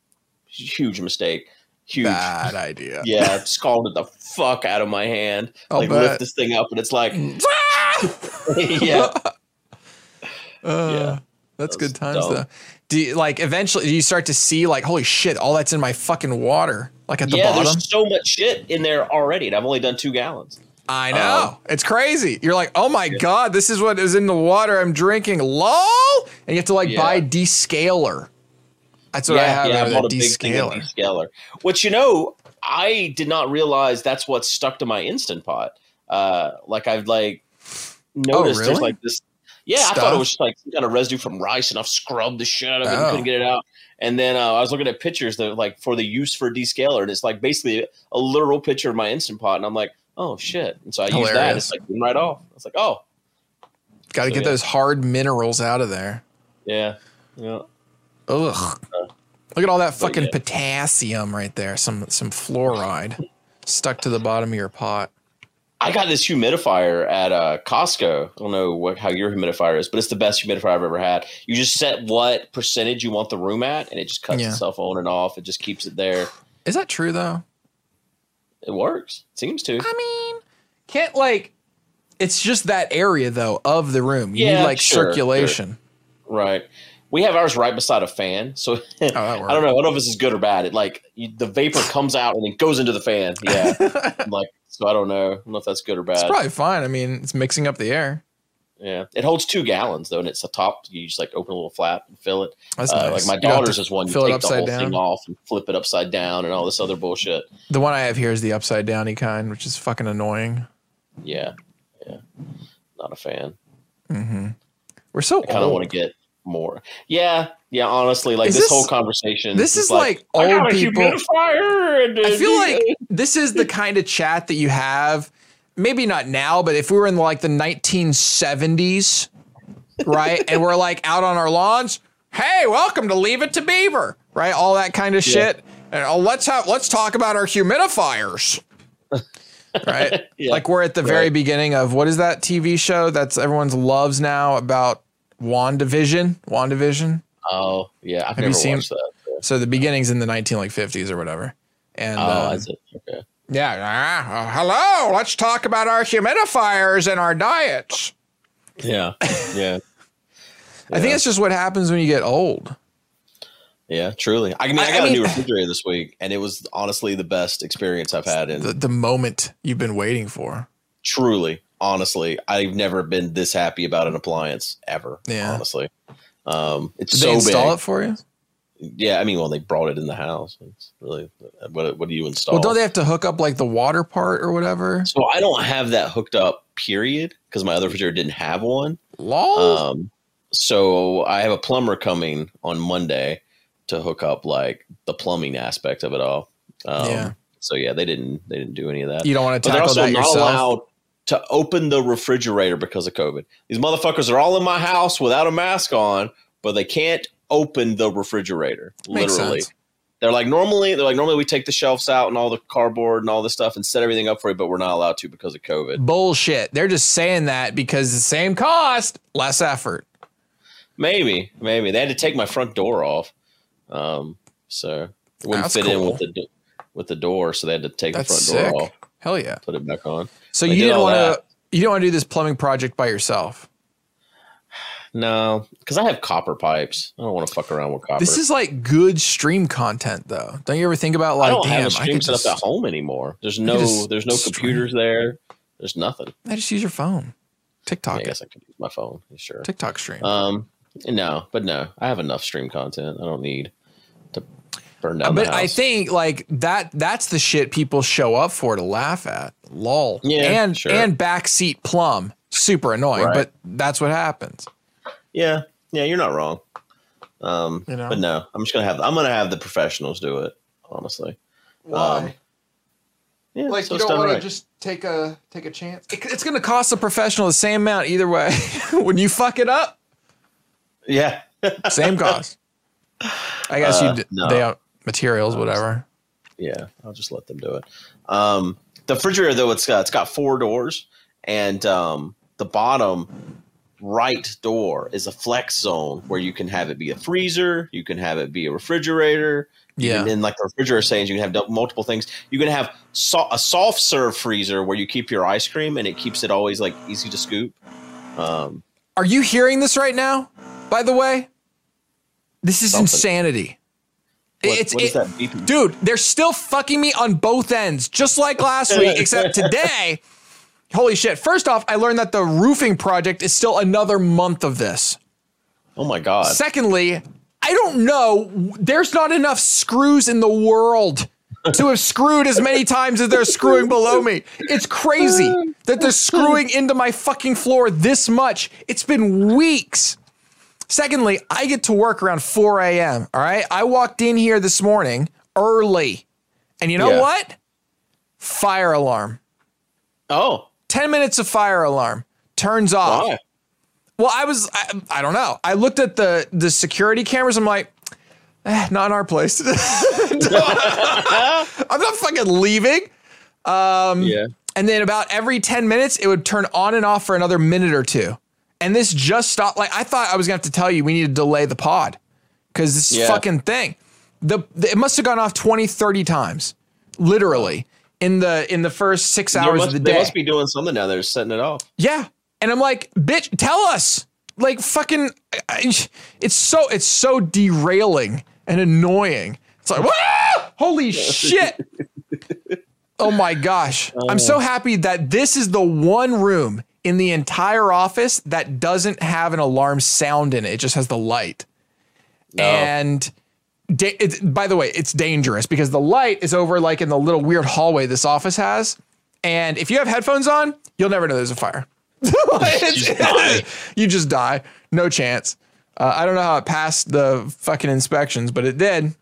Speaker 2: Huge mistake. Huge.
Speaker 1: Bad idea.
Speaker 2: Yeah. it scalded the fuck out of my hand.
Speaker 1: I'll
Speaker 2: like,
Speaker 1: bet. Mm.
Speaker 2: lift this thing up and it's like, yeah.
Speaker 1: Ah! Uh,
Speaker 2: That
Speaker 1: That's
Speaker 2: was
Speaker 1: good times
Speaker 2: dumb.
Speaker 1: though. Do you, like eventually do you start to see like holy shit, all that's in my fucking water, like at the
Speaker 2: yeah.
Speaker 1: bottom.
Speaker 2: There's so much shit in there already. And I've only done two gallons.
Speaker 1: I know. it's crazy. You're like, "Oh my god, this is what is in the water I'm drinking." Lol. And you have to like
Speaker 2: Yeah.
Speaker 1: buy descaler. That's what I have yeah,
Speaker 2: bought
Speaker 1: the
Speaker 2: a big thing of
Speaker 1: descaler.
Speaker 2: descaler. Which you know, I did not realize that's what stuck to my instant pot. Uh, like I've like noticed there's
Speaker 1: Oh, really?
Speaker 2: like this. Yeah, I thought
Speaker 1: Stuff?
Speaker 2: it was just like some kind of residue from rice, and I've scrubbed the shit out of it and
Speaker 1: Oh.
Speaker 2: couldn't get it out. And then uh, I was looking at pictures that like for the use for descaler, and it's like basically a literal picture of my instant pot, and I'm like, oh shit! And so I used that. and
Speaker 1: Hilarious.
Speaker 2: It's like came right off. I was like, oh
Speaker 1: Got to
Speaker 2: So,
Speaker 1: get
Speaker 2: yeah.
Speaker 1: those hard minerals out of there.
Speaker 2: yeah, yeah.
Speaker 1: Ugh. Look at all that
Speaker 2: Uh, but
Speaker 1: fucking
Speaker 2: yeah.
Speaker 1: potassium right there. Some some fluoride stuck to the bottom of your pot.
Speaker 2: I got this humidifier at uh, Costco. I don't know what, how your humidifier is, but it's the best humidifier I've ever had. You just set what percentage you want the room at, and it just cuts
Speaker 1: Yeah.
Speaker 2: itself on and off. It just keeps it there.
Speaker 1: Is that true though?
Speaker 2: It works. Seems to.
Speaker 1: I mean, can't like it's just that area though of the room. You
Speaker 2: Yeah,
Speaker 1: need like
Speaker 2: sure,
Speaker 1: circulation.
Speaker 2: Right. We have ours right beside a fan, so I
Speaker 1: works.
Speaker 2: don't know. I don't know if this is good or bad. It like you, the vapor comes out and it goes into the fan. Yeah. I'm like so, I don't know. I don't know if that's good or
Speaker 1: It's
Speaker 2: bad.
Speaker 1: probably fine. I mean, it's mixing up the air.
Speaker 2: yeah. It holds two gallons though, and it's a top. You just like open a little flap and fill it.
Speaker 1: That's
Speaker 2: Uh,
Speaker 1: nice.
Speaker 2: Like my
Speaker 1: You don't have
Speaker 2: daughter's
Speaker 1: to
Speaker 2: is one. You
Speaker 1: fill it
Speaker 2: take the
Speaker 1: upside
Speaker 2: whole
Speaker 1: down.
Speaker 2: thing off and flip it upside down and all this other bullshit.
Speaker 1: The one I have here is the upside downy kind, which is fucking annoying.
Speaker 2: Yeah, yeah. Not a fan.
Speaker 1: hmm We're so
Speaker 2: I kind of
Speaker 1: old.
Speaker 2: want to get more. Yeah, yeah. Honestly, like
Speaker 1: Is
Speaker 2: this,
Speaker 1: this-
Speaker 2: whole conversation.
Speaker 1: this is like
Speaker 2: I got
Speaker 1: old
Speaker 2: a
Speaker 1: people-
Speaker 2: humidifier and, uh,
Speaker 1: I feel
Speaker 2: yeah.
Speaker 1: like this is the kind of chat that you have, maybe not now, but if we were in like the 1970s, right? and we're like out on our lawns, hey, welcome to Leave It to Beaver, right? All that kind of
Speaker 2: Yeah.
Speaker 1: shit. And oh, let's have let's talk about our humidifiers. right?
Speaker 2: Yeah.
Speaker 1: Like we're at the very
Speaker 2: Right.
Speaker 1: beginning of what is that TV show that's everyone's loves now about WandaVision? WandaVision?
Speaker 2: Oh yeah, I've
Speaker 1: you
Speaker 2: never
Speaker 1: seen-
Speaker 2: watched that.
Speaker 1: So the beginnings in the 19 like 50s or whatever. And
Speaker 2: Oh,
Speaker 1: um,
Speaker 2: is it? Okay.
Speaker 1: yeah. ah, uh, hello. Let's talk about our humidifiers and our diets.
Speaker 2: Yeah,
Speaker 1: I
Speaker 2: yeah.
Speaker 1: think
Speaker 2: Yeah.
Speaker 1: that's just what happens when you get old.
Speaker 2: Yeah, truly. I mean,
Speaker 1: I-
Speaker 2: I,
Speaker 1: I
Speaker 2: got a new
Speaker 1: mean-
Speaker 2: refrigerator this week, and it was honestly the best experience I've had. And
Speaker 1: The, the moment you've been waiting for.
Speaker 2: truly, honestly, I've never been this happy about an appliance ever.
Speaker 1: Yeah.
Speaker 2: Honestly, um, it's
Speaker 1: Did
Speaker 2: so
Speaker 1: they install it
Speaker 2: big.
Speaker 1: for you?
Speaker 2: Yeah, I mean, well, they brought it in the house. It's really, what, what do you install?
Speaker 1: Well, don't they have to hook up like the water part or whatever?
Speaker 2: so I don't have that hooked up, period, because my other refrigerator didn't have one.
Speaker 1: Lol.
Speaker 2: Um, so I have a plumber coming on Monday to hook up like the plumbing aspect of it all. Um,
Speaker 1: Yeah.
Speaker 2: So yeah, they didn't they didn't do any of that.
Speaker 1: you don't want to
Speaker 2: But they're
Speaker 1: tackle
Speaker 2: also
Speaker 1: that
Speaker 2: not
Speaker 1: yourself.
Speaker 2: allowed to open the refrigerator because of COVID. These motherfuckers are all in my house without a mask on, but they can't open the refrigerator.
Speaker 1: Makes
Speaker 2: literally.
Speaker 1: sense.
Speaker 2: They're like normally they're like normally we take the shelves out and all the cardboard and all this stuff and set everything up for you, but we're not allowed to because of COVID.
Speaker 1: Bullshit. They're just saying that because the same cost, less effort.
Speaker 2: Maybe, maybe they had to take my front door off, um, so it wouldn't
Speaker 1: That's
Speaker 2: fit in
Speaker 1: cool.
Speaker 2: with the do- with the door, so they had to take
Speaker 1: That's
Speaker 2: the front
Speaker 1: sick.
Speaker 2: door off,
Speaker 1: Hell yeah.
Speaker 2: put it back on.
Speaker 1: So
Speaker 2: They
Speaker 1: you
Speaker 2: did
Speaker 1: didn't
Speaker 2: all
Speaker 1: want to you didn't want to do this plumbing project by yourself.
Speaker 2: No, because I have copper pipes. I don't want to fuck around with copper.
Speaker 1: This is like good stream content, though. Don't you ever think about
Speaker 2: I
Speaker 1: like,
Speaker 2: don't
Speaker 1: damn,
Speaker 2: have a
Speaker 1: I,
Speaker 2: stream
Speaker 1: could
Speaker 2: set up
Speaker 1: just,
Speaker 2: at home anymore. There's no
Speaker 1: just
Speaker 2: there's no
Speaker 1: stream.
Speaker 2: computers there. There's nothing.
Speaker 1: I just use your phone, TikTok,
Speaker 2: I
Speaker 1: it.
Speaker 2: guess I could use my phone. Sure.
Speaker 1: TikTok stream.
Speaker 2: Um, no, but no, I have enough stream content. I don't need to burn down.
Speaker 1: but
Speaker 2: the
Speaker 1: I
Speaker 2: house.
Speaker 1: think like that that's the shit people show up for to laugh at. Lol.
Speaker 2: Yeah,
Speaker 1: and
Speaker 2: sure.
Speaker 1: and backseat plum, super annoying,
Speaker 2: Right.
Speaker 1: but that's what happens.
Speaker 2: Yeah, yeah, you're not wrong. Um,
Speaker 1: You know?
Speaker 2: but no, I'm just gonna have I'm gonna have the professionals do it. Honestly, Um, yeah, so it's done
Speaker 1: wanna
Speaker 2: right.
Speaker 1: just take a take a chance. It- it's gonna cost the professional the same amount either way. when you fuck it up,
Speaker 2: yeah.
Speaker 1: same cost. I guess
Speaker 2: Uh,
Speaker 1: you d-
Speaker 2: no.
Speaker 1: they out materials, whatever.
Speaker 2: Yeah, I'll just let them do it. Um, the refrigerator though, it's got it's got four doors, and um, the bottom right door is a flex zone where you can have it be a freezer, you can have it be a refrigerator.
Speaker 1: Yeah.
Speaker 2: And then, like the refrigerator saying, you can have dou- multiple things. You can have so- a soft serve freezer where you keep your ice cream and it keeps it always like easy to scoop. Um,
Speaker 1: Are you hearing this right now? By the way, this is
Speaker 2: Something.
Speaker 1: insanity.
Speaker 2: what,
Speaker 1: it's
Speaker 2: what is
Speaker 1: it-
Speaker 2: that beeping?
Speaker 1: Dude, they're still fucking me on both ends, just like last week, except today. Holy shit. First off, I learned that the roofing project is still another month of this.
Speaker 2: Oh my god!
Speaker 1: Secondly, I don't know. There's not enough screws in the world to have screwed as many times as they're screwing below me. It's crazy that they're screwing into my fucking floor this much. It's been weeks. Secondly, I get to work around 4 a.m. All right. I walked in here this morning early. And you know
Speaker 2: Yeah.
Speaker 1: what? Fire alarm.
Speaker 2: oh,
Speaker 1: 10 minutes of fire alarm turns off.
Speaker 2: why?
Speaker 1: Well, I was I, I don't know. I looked at the the security cameras. I'm like, eh, not in our place. I'm not fucking leaving. Um,
Speaker 2: yeah.
Speaker 1: And then about every 10 minutes, it would turn on and off for another minute or two. And this just stopped. Like I thought I was gonna have to tell you we need to delay the pod because this
Speaker 2: Yeah.
Speaker 1: fucking thing. The, the it must have gone off 20, 30 times, literally in the in the first six
Speaker 2: There
Speaker 1: hours
Speaker 2: must-
Speaker 1: of the
Speaker 2: they
Speaker 1: day.
Speaker 2: must be doing something down there, setting it off.
Speaker 1: Yeah. And I'm like, bitch, tell us. Like fucking I- I- it's so it's so derailing and annoying. It's like, "Wah! holy shit. oh my gosh. I'm so happy that this is the one room in the entire office that doesn't have an alarm sound in it. It just has the light. And da- it's, by the way, it's dangerous because the light is over like in the little weird hallway this office has. And if you have headphones on, you'll never know there's a fire. It's-
Speaker 2: just die.
Speaker 1: you just die. No chance. Uh, I don't know how it passed the fucking inspections, but it did.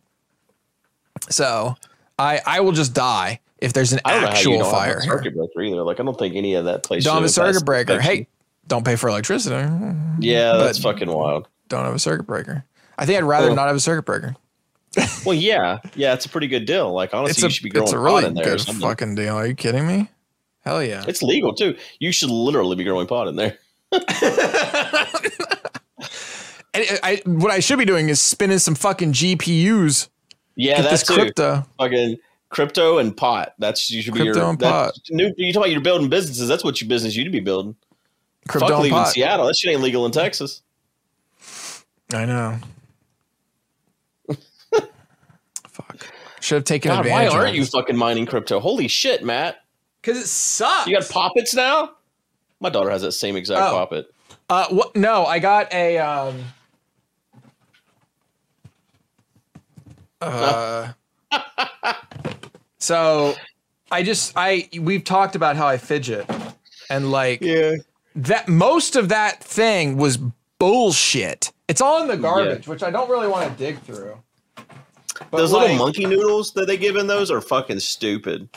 Speaker 1: So I I will just die if there's an
Speaker 2: I don't
Speaker 1: actual
Speaker 2: know how you don't have
Speaker 1: fire.
Speaker 2: a
Speaker 1: here.
Speaker 2: circuit breaker either. Like I don't think any of that place.
Speaker 1: Don't have a
Speaker 2: should passed
Speaker 1: circuit breaker.
Speaker 2: inspection.
Speaker 1: Hey, don't pay for electricity. Don't
Speaker 2: yeah, that's fucking wild.
Speaker 1: have a circuit breaker. I think I'd rather
Speaker 2: Well,
Speaker 1: not have a circuit breaker.
Speaker 2: Well, yeah, yeah, it's a pretty good deal. Like honestly,
Speaker 1: It's a,
Speaker 2: you should be growing
Speaker 1: it's a
Speaker 2: pot
Speaker 1: really
Speaker 2: in there. Or
Speaker 1: good
Speaker 2: something.
Speaker 1: fucking deal. Are you kidding me? Hell yeah.
Speaker 2: It's legal too. You should literally be growing pot in there.
Speaker 1: And uh, I, I- what I should be doing is spinning some fucking GPUs.
Speaker 2: Yeah,
Speaker 1: Get
Speaker 2: that's
Speaker 1: this
Speaker 2: too.
Speaker 1: crypto.
Speaker 2: Fucking crypto and pot. That's you should be
Speaker 1: Crypto
Speaker 2: your
Speaker 1: and
Speaker 2: that-
Speaker 1: pot.
Speaker 2: New, you talking about you're building businesses? That's what your business you'd be building.
Speaker 1: Crypto
Speaker 2: Fuck
Speaker 1: and
Speaker 2: leaving
Speaker 1: pot.
Speaker 2: Seattle. That shit ain't legal in Texas.
Speaker 1: I know. Fuck. Should have taken
Speaker 2: God, why
Speaker 1: advantage.
Speaker 2: aren't you fucking mining crypto? Holy shit, Matt!
Speaker 1: Because it sucks.
Speaker 2: You got poppets now. My daughter has that same exact
Speaker 1: Oh.
Speaker 2: poppet.
Speaker 1: Uh, what? No, I got a. Um, uh, so, I just I we've talked about how I fidget, and like
Speaker 2: Yeah.
Speaker 1: that most of that thing was bullshit. It's all in the garbage, which I don't really want to dig through. But
Speaker 2: those
Speaker 1: like-
Speaker 2: little monkey noodles that they give in those are fucking stupid.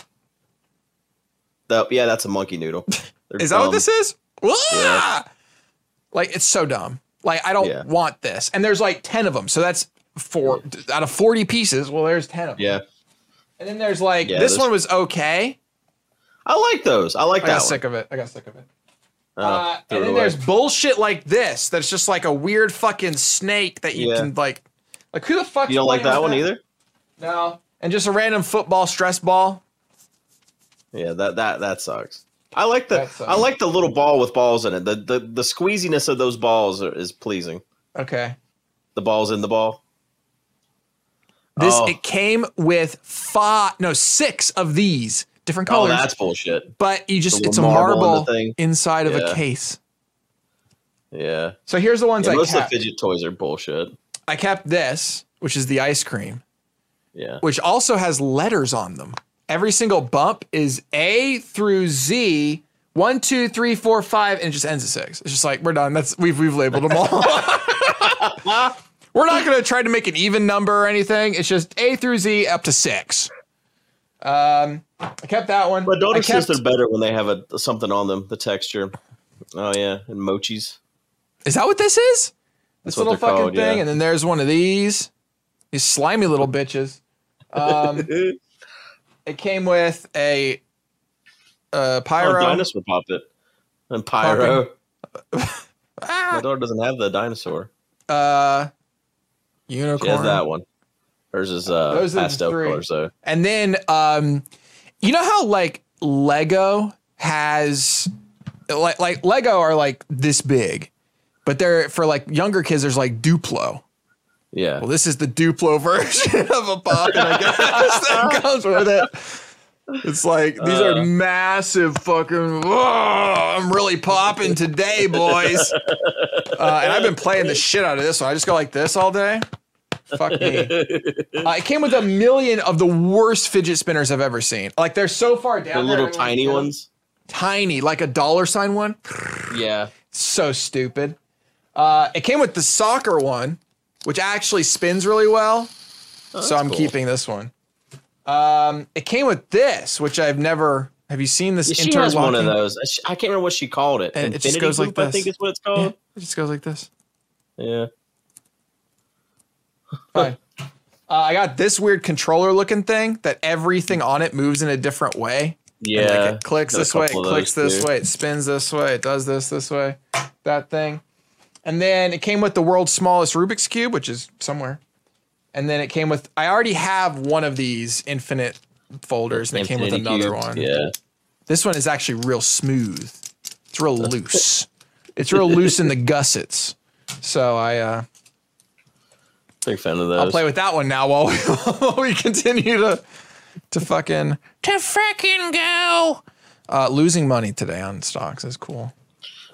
Speaker 2: That, yeah, that's a monkey noodle. They're
Speaker 1: Is that
Speaker 2: dumb.
Speaker 1: what this is?
Speaker 2: Um, Yeah.
Speaker 1: Wah! Like it's so dumb. Like I don't
Speaker 2: Yeah.
Speaker 1: want this. And there's like 10 of them. So that's four out of 40 pieces. Well, there's 10 of them.
Speaker 2: Yeah,
Speaker 1: And then there's like
Speaker 2: Yeah,
Speaker 1: this
Speaker 2: there's-
Speaker 1: one was okay.
Speaker 2: I like those. I like
Speaker 1: I
Speaker 2: that.
Speaker 1: got
Speaker 2: one.
Speaker 1: sick of it. I got sick of it.
Speaker 2: Oh,
Speaker 1: Uh, and
Speaker 2: threw it
Speaker 1: then
Speaker 2: away.
Speaker 1: there's bullshit like this that's just like a weird fucking snake that you
Speaker 2: Yeah.
Speaker 1: can like like who the fuck
Speaker 2: you don't like that one either.
Speaker 1: No. And just a random football stress ball.
Speaker 2: Yeah, that that that sucks. I like the
Speaker 1: That sucks.
Speaker 2: I like the little ball with balls in it. The the, the squeeziness of those balls are, is pleasing.
Speaker 1: Okay.
Speaker 2: The balls in the ball.
Speaker 1: This
Speaker 2: Oh.
Speaker 1: it came with five no, 6 of these different
Speaker 2: Oh,
Speaker 1: colors.
Speaker 2: that's bullshit.
Speaker 1: but you just
Speaker 2: The
Speaker 1: it's a
Speaker 2: little marble in
Speaker 1: marble,
Speaker 2: the thing.
Speaker 1: inside of a
Speaker 2: Yeah.
Speaker 1: case.
Speaker 2: Yeah,
Speaker 1: So here's the ones
Speaker 2: yeah
Speaker 1: I
Speaker 2: most of
Speaker 1: kept.
Speaker 2: the fidget toys are bullshit.
Speaker 1: I kept this, which is the ice cream,
Speaker 2: Yeah,
Speaker 1: which also has letters on them. Every single bump is A through Z. One, two, three, four, five, and it just ends at six. It's just like we're done. That's we've we've labeled them all. we're not gonna try to make an even number or anything. It's just A through Z up to six. Um, I kept that one.
Speaker 2: my daughter
Speaker 1: I kept,
Speaker 2: says they're better when they have a something on them. The texture. Oh yeah, and mochis.
Speaker 1: Is that what this is? This
Speaker 2: That's what
Speaker 1: little
Speaker 2: they're
Speaker 1: fucking
Speaker 2: called,
Speaker 1: thing,
Speaker 2: yeah.
Speaker 1: and then there's one of these. These slimy little bitches. Um, it came with a, uh
Speaker 2: Oh,
Speaker 1: pyro.
Speaker 2: dinosaur poppet. and Pyro. My
Speaker 1: Ah,
Speaker 2: daughter doesn't have the dinosaur.
Speaker 1: uh,
Speaker 2: She
Speaker 1: unicorn.
Speaker 2: has that one. Hers is uh,
Speaker 1: Those are the
Speaker 2: pastel
Speaker 1: three.
Speaker 2: color. So
Speaker 1: And then um you know how like Lego has like like Lego are like this big. But they're for like younger kids there's like Duplo.
Speaker 2: yeah,
Speaker 1: Well, this is the Duplo version of a puppet, I guess that comes with it. It's like these
Speaker 2: Uh.
Speaker 1: are massive fucking. "Whoa, I'm really popping today, boys. Uh, and I've been playing the shit out of this one. I just go like this all day. Fuck me. Uh, it came with a million of the worst fidget spinners I've ever seen. Like they're so far down.
Speaker 2: the
Speaker 1: there,
Speaker 2: little
Speaker 1: everyone's
Speaker 2: tiny
Speaker 1: down.
Speaker 2: ones.
Speaker 1: Tiny, like a dollar sign one.
Speaker 2: Yeah,
Speaker 1: So stupid. Uh, it came with the soccer one, which actually spins really well. so I'm
Speaker 2: Oh, cool.
Speaker 1: keeping this one. Um, it came with this, which I've never. Have you seen this?
Speaker 2: she has one of
Speaker 1: interlocking-
Speaker 2: those. I sh- I can't remember what she called it.
Speaker 1: And it just
Speaker 2: Infinity
Speaker 1: goes like
Speaker 2: Loop, I
Speaker 1: this.
Speaker 2: think is what it's
Speaker 1: Yeah,
Speaker 2: called.
Speaker 1: Oh, it just goes like this.
Speaker 2: Yeah.
Speaker 1: Fine. uh, I got this weird controller looking thing that everything on it moves in a different way.
Speaker 2: Yeah.
Speaker 1: And, like, it clicks
Speaker 2: Got a
Speaker 1: this way, it
Speaker 2: couple of
Speaker 1: clicks
Speaker 2: those,
Speaker 1: this
Speaker 2: too.
Speaker 1: way, it spins this way, it does this this way, that thing. And then it came with the world's smallest Rubik's cube, which is somewhere. And then it came with I already have one of these infinite folders, and it came with
Speaker 2: Infinity
Speaker 1: another
Speaker 2: Cubes,
Speaker 1: one.
Speaker 2: Yeah.
Speaker 1: This one is actually real smooth. It's real loose. It's real loose in the gussets. So I uh,
Speaker 2: Big fan of those.
Speaker 1: I'll play with that one now while we, while we continue to to fucking to fucking go. Uh, losing money today on stocks is cool.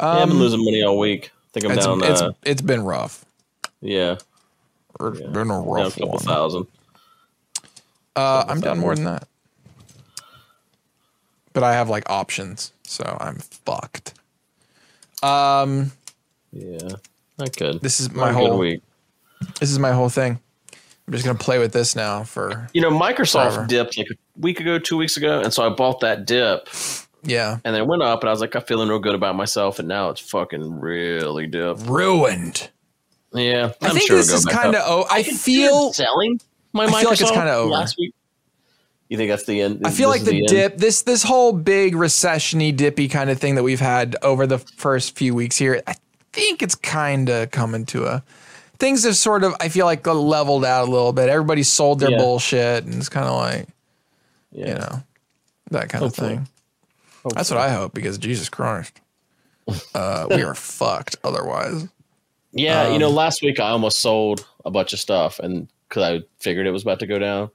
Speaker 2: yeah, I've been losing money all week. I think I'm
Speaker 1: It's,
Speaker 2: down.
Speaker 1: it's
Speaker 2: uh,
Speaker 1: it's been rough.
Speaker 2: yeah,
Speaker 1: It's been a
Speaker 2: down a
Speaker 1: rough
Speaker 2: couple
Speaker 1: one.
Speaker 2: thousand.
Speaker 1: Uh, I'm down more than that. But I have like options, so I'm fucked. Um,
Speaker 2: Yeah, I could.
Speaker 1: this is
Speaker 2: Not
Speaker 1: my
Speaker 2: a good
Speaker 1: whole
Speaker 2: week.
Speaker 1: this is my whole thing. I'm just gonna play with this now for
Speaker 2: You know, Microsoft
Speaker 1: Forever.
Speaker 2: dipped like a week ago, two weeks ago, and so I bought that dip,
Speaker 1: yeah.
Speaker 2: and then it went up, and I was like, I'm feeling real good about myself, and now it's fucking really dipped.
Speaker 1: Ruined.
Speaker 2: Yeah,
Speaker 1: i
Speaker 2: I'm
Speaker 1: think
Speaker 2: sure
Speaker 1: this
Speaker 2: it'll
Speaker 1: is
Speaker 2: go back
Speaker 1: kind of
Speaker 2: up.
Speaker 1: oh I feel
Speaker 2: selling my Microsoft
Speaker 1: I feel like it's kinda over.
Speaker 2: last week. You think that's the end?
Speaker 1: I feel like
Speaker 2: This is
Speaker 1: the
Speaker 2: end?
Speaker 1: dip this this whole big recessiony dippy kind of thing that we've had over the first few weeks here. I think it's kind of coming to a things have sort of I feel like uh, leveled out a little bit. Everybody sold their
Speaker 2: Yeah.
Speaker 1: bullshit and it's kind of like
Speaker 2: Yeah.
Speaker 1: you know that kind
Speaker 2: Hopefully.
Speaker 1: of thing. That's what I hope because Jesus Christ, uh, we are fucked otherwise.
Speaker 2: Yeah, you
Speaker 1: Um,
Speaker 2: know, last week I almost sold a bunch of stuff, and because I figured it was about to go down,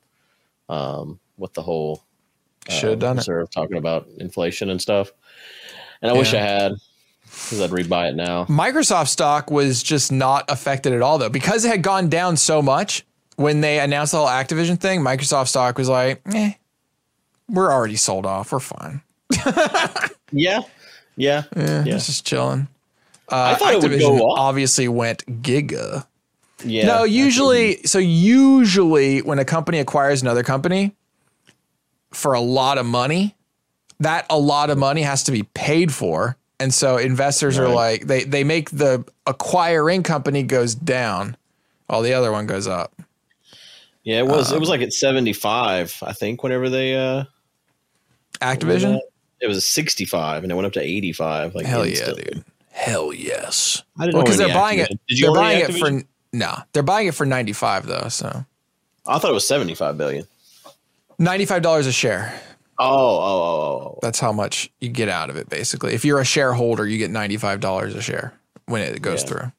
Speaker 2: um, with the whole Uh,
Speaker 1: Should have done it.
Speaker 2: reserve talking about inflation and stuff, and I wish
Speaker 1: Yeah.
Speaker 2: I had because I'd rebuy it now.
Speaker 1: Microsoft stock was just not affected at all, though, because it had gone down so much. When they announced the whole Activision thing, Microsoft stock was like, eh, we're already sold off. We're fine.
Speaker 2: Yeah, yeah,
Speaker 1: Yeah,
Speaker 2: Yeah.
Speaker 1: It's just chilling. Uh,
Speaker 2: I thought it would
Speaker 1: Activision
Speaker 2: go up.
Speaker 1: obviously went giga.
Speaker 2: yeah.
Speaker 1: no, usually, so usually when a company acquires another company for a lot of money, that a lot of money has to be paid for. And so investors are
Speaker 2: Right.
Speaker 1: like, they, they make the acquiring company goes down while the other one goes up.
Speaker 2: yeah, it was it was like at seventy five, I think. Whenever they uh,
Speaker 1: Activision?
Speaker 2: it was sixty five, and it went up to eighty five. Like
Speaker 1: Hell yeah,
Speaker 2: instantly.
Speaker 1: dude. Hell yes.
Speaker 2: I didn't
Speaker 1: Well,
Speaker 2: know
Speaker 1: because
Speaker 2: any
Speaker 1: they're buying
Speaker 2: Activision.
Speaker 1: it.
Speaker 2: Did you
Speaker 1: They're
Speaker 2: own
Speaker 1: buying
Speaker 2: any
Speaker 1: it
Speaker 2: Activision?
Speaker 1: for, no, they're buying it for 95 though. So
Speaker 2: I thought it was seventy five billion.
Speaker 1: $95 a share.
Speaker 2: Oh, oh, oh, oh,
Speaker 1: that's how much you get out of it basically if you're a shareholder you get $95 a share when it goes
Speaker 2: Yeah.
Speaker 1: through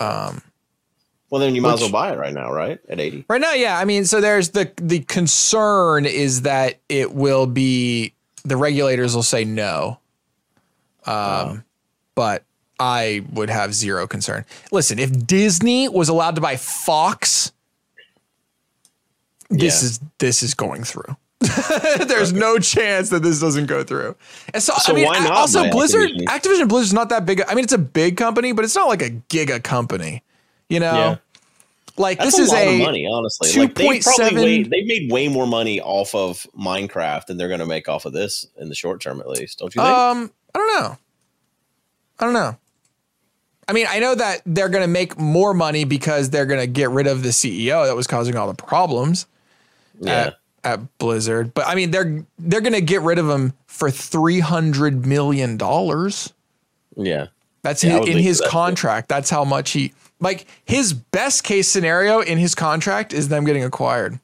Speaker 2: Well, then you might as well
Speaker 1: Which-
Speaker 2: buy it right now, right? At eighty.
Speaker 1: right now yeah i mean so there's the the concern is that it will be the regulators will say no
Speaker 2: Oh.
Speaker 1: um but i would have zero concern listen if disney was allowed to buy fox this
Speaker 2: Yeah.
Speaker 1: is this is going through there's no chance that this doesn't go through. And so,
Speaker 2: So
Speaker 1: I mean,
Speaker 2: why
Speaker 1: I-
Speaker 2: not
Speaker 1: also
Speaker 2: buy
Speaker 1: Blizzard,
Speaker 2: Activision?
Speaker 1: Activision, Blizzard's not that big. I mean, it's a big company, but it's not like a giga company. You know,
Speaker 2: Yeah.
Speaker 1: like
Speaker 2: That's
Speaker 1: this
Speaker 2: a
Speaker 1: is
Speaker 2: lot
Speaker 1: a
Speaker 2: of money, honestly. like they probably
Speaker 1: 2.7
Speaker 2: way, they made way more money off of Minecraft than they're going to make off of this in the short term, at least. Don't you think?
Speaker 1: um. I don't know. I don't know. I mean, I know that they're going to make E more money because they're going to get rid of the CEO that was causing all the problems.
Speaker 2: yeah,
Speaker 1: uh, at Blizzard, but I mean they're they're gonna get rid of him for three hundred million dollars.
Speaker 2: Yeah.
Speaker 1: That's
Speaker 2: Yeah, I
Speaker 1: hi-
Speaker 2: would
Speaker 1: in
Speaker 2: lean
Speaker 1: his
Speaker 2: to that, too.
Speaker 1: contract. That's how much he like his best case scenario in his contract is them getting acquired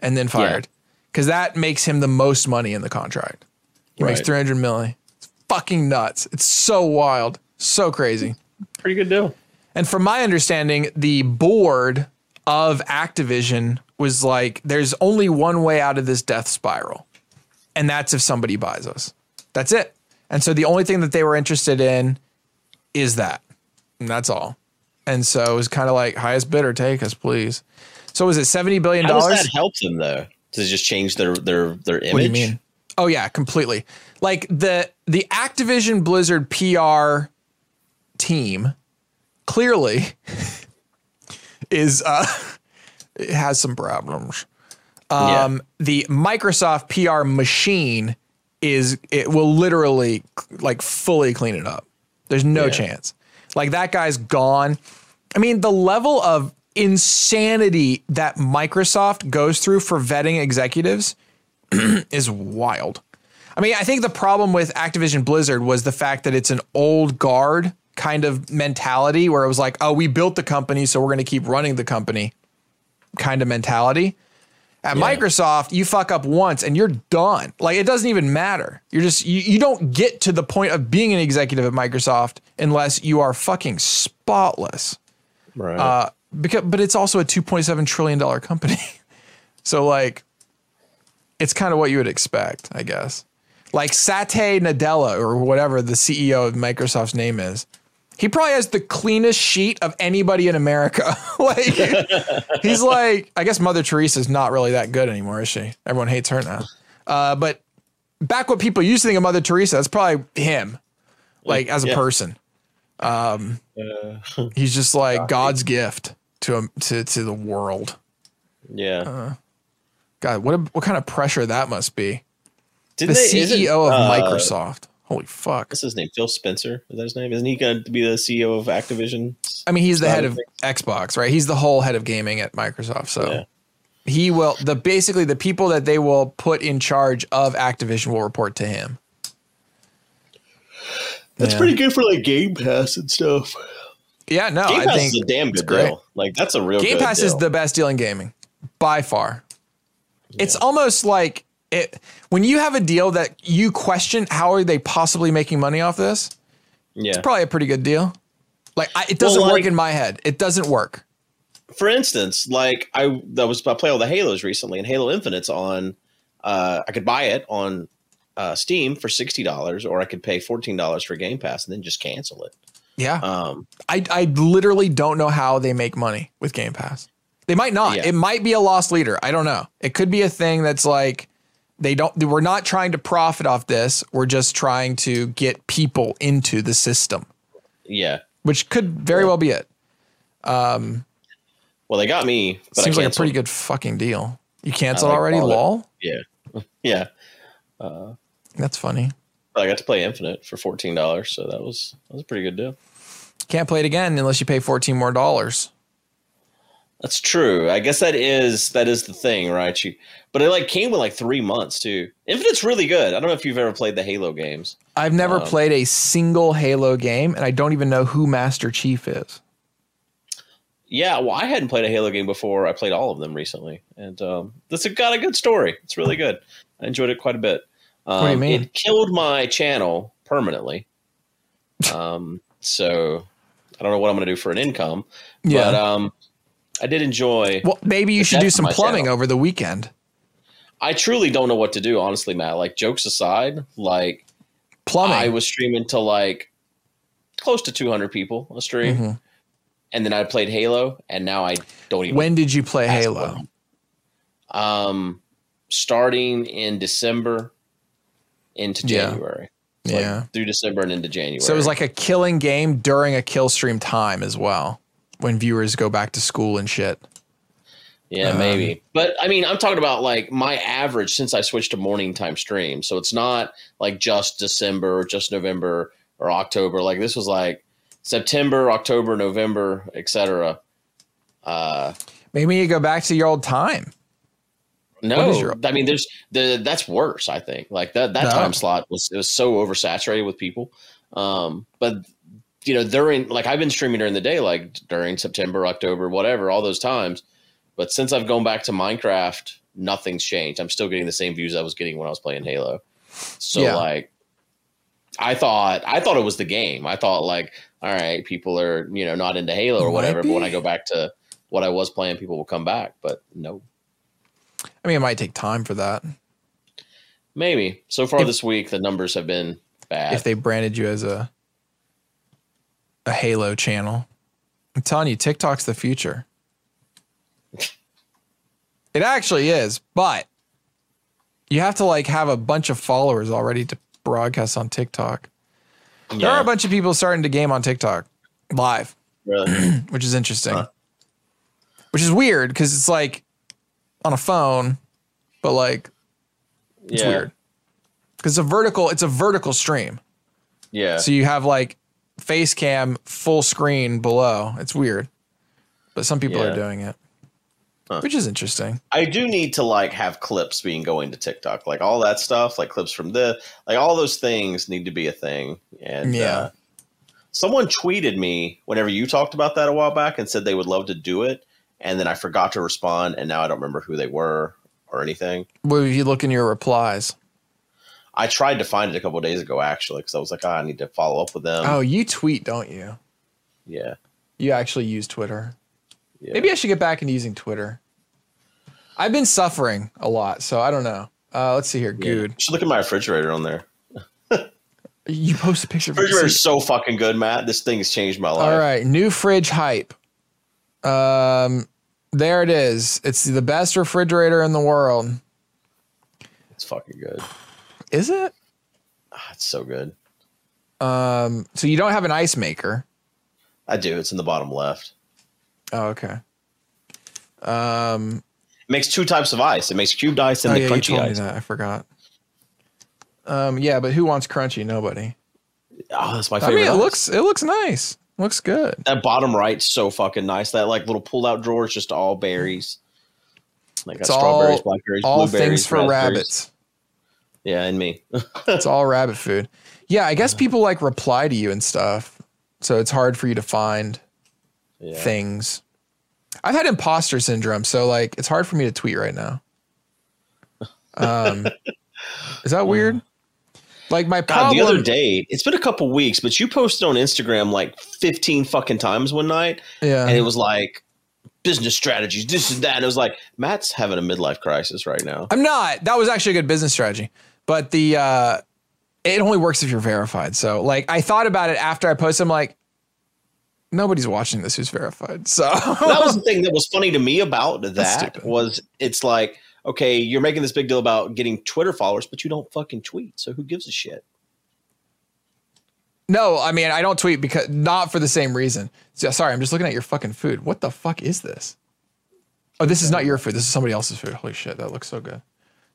Speaker 1: and then fired because that makes him the most money in the contract. He makes
Speaker 2: Right.
Speaker 1: 300 million. It's fucking nuts. It's so wild. So crazy.
Speaker 2: Pretty good deal.
Speaker 1: And from my understanding, the board of Activision was like, there's only one way out of this death spiral, and that's if somebody buys us. That's it. And so the only thing that they were interested in is that. And that's all. And so it was kind of like, highest bidder, take us, please. So was it $70 billion?
Speaker 2: How does that help them though? Does it just change their their their image?
Speaker 1: What do you mean? Oh yeah, completely. Like the the Activision Blizzard PR team clearly is uh it has some problems.
Speaker 2: Yeah.
Speaker 1: Um the Microsoft PR machine is it will literally like fully clean it up. There's no
Speaker 2: Yeah.
Speaker 1: chance. Like that guy's gone. I mean, the level of insanity that Microsoft goes through for vetting executives is wild. I mean, I think the problem with Activision Blizzard was the fact that it's an old guard kind of mentality where it was like, oh, we built the company, so we're going to keep running the company kind of mentality. At Microsoft, you fuck up once and you're done. Like it doesn't even matter. You're just you, you don't get to the point of being an executive at Microsoft unless you are fucking spotless.
Speaker 2: Right.
Speaker 1: Uh, because but it's also a 2.7 trillion dollar company. so like it's kind of what you would expect, I guess. Like Satay Nadella or whatever the CEO of Microsoft's name is. He probably has the cleanest sheet of anybody in America. like he's like, I guess Mother Teresa's not really that good anymore, is she? Everyone hates her now. Uh, but back what people used to think of Mother Teresa, that's probably him, like as a
Speaker 2: Yeah.
Speaker 1: person. Um, he's just like God's gift to him to to the world.
Speaker 2: yeah.
Speaker 1: uh, God, what a, what kind of pressure that must be.
Speaker 2: Did
Speaker 1: The
Speaker 2: isn't,
Speaker 1: CEO of
Speaker 2: uh,
Speaker 1: Microsoft. Holy fuck!
Speaker 2: What's his name? Phil Spencer. Is that his name? Isn't he going to be the CEO of Activision?
Speaker 1: I mean, he's the
Speaker 2: I
Speaker 1: head
Speaker 2: don't
Speaker 1: of Xbox, right? He's the whole head of gaming at Microsoft. So
Speaker 2: Yeah.
Speaker 1: he will the basically the people that they will put in charge of Activision will report to him.
Speaker 2: That's
Speaker 1: Yeah.
Speaker 2: pretty good for like Game Pass and stuff.
Speaker 1: Yeah, no,
Speaker 2: Game
Speaker 1: I
Speaker 2: Pass
Speaker 1: think
Speaker 2: is a damn
Speaker 1: it's
Speaker 2: good
Speaker 1: great.
Speaker 2: deal. Like that's a real
Speaker 1: Game
Speaker 2: good
Speaker 1: Pass is
Speaker 2: deal.
Speaker 1: the best deal in gaming by far. It's almost like it when you have a deal that you question how are they possibly making money off this?
Speaker 2: yeah.
Speaker 1: Probably a pretty good deal. Like I, it
Speaker 2: Well,
Speaker 1: doesn't work
Speaker 2: like-
Speaker 1: in my head. It doesn't work.
Speaker 2: for instance, like I that was I play all the Halos recently, and Halo Infinite's on. Uh, I could buy it on uh, Steam for sixty dollars, or I could pay fourteen dollars for Game Pass and then just cancel it.
Speaker 1: Yeah.
Speaker 2: Um,
Speaker 1: I, I literally don't know how they make money with Game Pass. They might not.
Speaker 2: Yeah.
Speaker 1: It might be a lost leader. I don't know. It could be a thing that's like they don't we're not trying to profit off this. We're just trying to get people into the system,
Speaker 2: yeah.
Speaker 1: which could very well be it.
Speaker 2: Well, they got me. But
Speaker 1: Seems like a
Speaker 2: I canceled.
Speaker 1: pretty good fucking deal. You canceled
Speaker 2: like
Speaker 1: already,
Speaker 2: bought it.
Speaker 1: lol?
Speaker 2: Yeah,
Speaker 1: That's funny.
Speaker 2: but I got to play Infinite for fourteen dollars, so that was that was a pretty good deal.
Speaker 1: Can't play it again unless you pay 14 more dollars.
Speaker 2: That's true. I guess that is that is the thing, right? You, but it like came with like three months too. Infinite's really good. I don't know if you've ever played the Halo games.
Speaker 1: I've never
Speaker 2: Um,
Speaker 1: played a single Halo game, and I don't even know who Master Chief is.
Speaker 2: Yeah, well, I hadn't played a Halo game before. I played all of them recently, and um, this has got a good story. It's really good. I enjoyed it quite a bit. Um,
Speaker 1: do you mean?
Speaker 2: It killed my channel permanently. Um, so I don't know what I'm going to do for an income. But um, I did enjoy.
Speaker 1: well, maybe you
Speaker 2: it's
Speaker 1: should do
Speaker 2: definitely
Speaker 1: some
Speaker 2: my
Speaker 1: plumbing
Speaker 2: channel.
Speaker 1: over the weekend.
Speaker 2: I truly don't know what to do, honestly, Matt. Like jokes aside, like
Speaker 1: Plumbing.
Speaker 2: I was streaming to like close to 200 people a stream,
Speaker 1: Mhm.
Speaker 2: and then I played Halo, and now I don't even
Speaker 1: When did you play
Speaker 2: That's
Speaker 1: Halo?
Speaker 2: um, starting in December into
Speaker 1: Yeah.
Speaker 2: January. Like,
Speaker 1: Yeah.
Speaker 2: Through December and into January.
Speaker 1: So it was like a killing game during a kill stream time as well, when viewers go back to school and shit.
Speaker 2: yeah,
Speaker 1: um,
Speaker 2: maybe. But I mean, I'm talking about like my average since I switched to morning time stream. So it's not like just December or just November or October. Like this was like September, October, November, etc. Uh,
Speaker 1: Maybe you go back to your old time. What is
Speaker 2: No,
Speaker 1: your-
Speaker 2: I mean, there's the that's worse. I think like that that
Speaker 1: No.
Speaker 2: time slot was it was so oversaturated with people. Um, but you know, during like I've been streaming during the day, like during September, October, whatever, all those times. But since I've gone back to Minecraft, nothing's changed. I'm still getting the same views I was getting when I was playing Halo. So
Speaker 1: Yeah.
Speaker 2: like, I thought I thought it was the game. I thought like, all right, people are you know not into Halo or
Speaker 1: Might
Speaker 2: whatever. But when
Speaker 1: be.
Speaker 2: I go back to what I was playing, people will come back. But no.
Speaker 1: I mean, it might take time for that
Speaker 2: Maybe. So far
Speaker 1: If-
Speaker 2: this week, the numbers have been bad.
Speaker 1: if they branded you as a a Halo channel. I'm telling you, TikTok's the future. It actually is, but you have to like have a bunch of followers already to broadcast on TikTok. There are a bunch of people starting to game on TikTok live.
Speaker 2: Really.
Speaker 1: which is interesting. Which is weird because it's like on a phone, but like it's
Speaker 2: yeah.
Speaker 1: weird because it's a vertical. It's a vertical stream,
Speaker 2: Yeah.
Speaker 1: so you have like face cam full screen below. It's weird, but some people
Speaker 2: Yeah.
Speaker 1: are doing it,
Speaker 2: Huh.
Speaker 1: which is interesting.
Speaker 2: I do need to like have clips being going to TikTok, like all that stuff, like clips from the, like all those things need to be a thing. And
Speaker 1: Yeah.
Speaker 2: uh, someone tweeted me whenever you talked about that a while back and said they would love to do it, and then I forgot to respond, and now I don't remember who they were or anything.
Speaker 1: Well, if you look in your replies,
Speaker 2: I tried to find it a couple days ago actually because I was like, "Ah, I need to follow up with them.
Speaker 1: oh, you tweet, don't you?
Speaker 2: yeah,
Speaker 1: You actually use Twitter.
Speaker 2: yeah.
Speaker 1: Maybe I should get back into using Twitter. I've been suffering a lot, so I don't know. Uh, let's see here,
Speaker 2: Yeah.
Speaker 1: dude.
Speaker 2: should look at my refrigerator on there.
Speaker 1: You post a picture. of your
Speaker 2: Refrigerator
Speaker 1: seat.
Speaker 2: is so fucking good, Matt. This thing's changed my life.
Speaker 1: All right, new fridge hype. Um, there it is. It's the best refrigerator in the world.
Speaker 2: It's fucking good.
Speaker 1: Is it?
Speaker 2: Ah, it's so good.
Speaker 1: Um, so you don't have an ice maker.
Speaker 2: I do. It's in the bottom left.
Speaker 1: Oh, okay.
Speaker 2: It makes two types of ice. It makes cubed ice and
Speaker 1: oh,
Speaker 2: the
Speaker 1: yeah, you
Speaker 2: crunchy
Speaker 1: told
Speaker 2: ice.
Speaker 1: me that. I forgot. Um, yeah, but who wants crunchy? Nobody.
Speaker 2: Oh, that's my
Speaker 1: I
Speaker 2: favorite.
Speaker 1: mean, it
Speaker 2: ice.
Speaker 1: looks it looks nice. Looks good.
Speaker 2: that bottom right's so fucking nice. That like little pull out drawer is just all berries. Like got
Speaker 1: It's
Speaker 2: strawberries,
Speaker 1: all-
Speaker 2: blackberries,
Speaker 1: All
Speaker 2: blueberries,
Speaker 1: things for
Speaker 2: raspberries.
Speaker 1: rabbits.
Speaker 2: Yeah, and me.
Speaker 1: It's all rabbit food. Yeah, I guess people like reply to you and stuff, so it's hard for you to find.
Speaker 2: Yeah.
Speaker 1: things. I've had imposter syndrome, so like it's hard for me to tweet right now. Um, is that weird? Like my
Speaker 2: God,
Speaker 1: problem.
Speaker 2: the other day, it's been a couple weeks, but you posted on Instagram like 15 fucking times one night, and
Speaker 1: yeah,
Speaker 2: it was like business strategies, this and that. And it was like, Matt's having a midlife crisis right now.
Speaker 1: I'm not. That was actually a good business strategy, but the uh, it only works if you're verified. So like I thought about it after I posted. I'm like, nobody's watching this who's verified. So
Speaker 2: that was the thing that was funny to me about that
Speaker 1: stupid.
Speaker 2: was it's like okay you're making this big deal about getting twitter followers but you don't fucking tweet so who gives a shit
Speaker 1: no, I mean I don't tweet because not for the same reason. So- Sorry, I'm just looking at your fucking food. What the fuck is this? Oh, this is not your food. This is somebody else's food. Holy shit, that looks so good.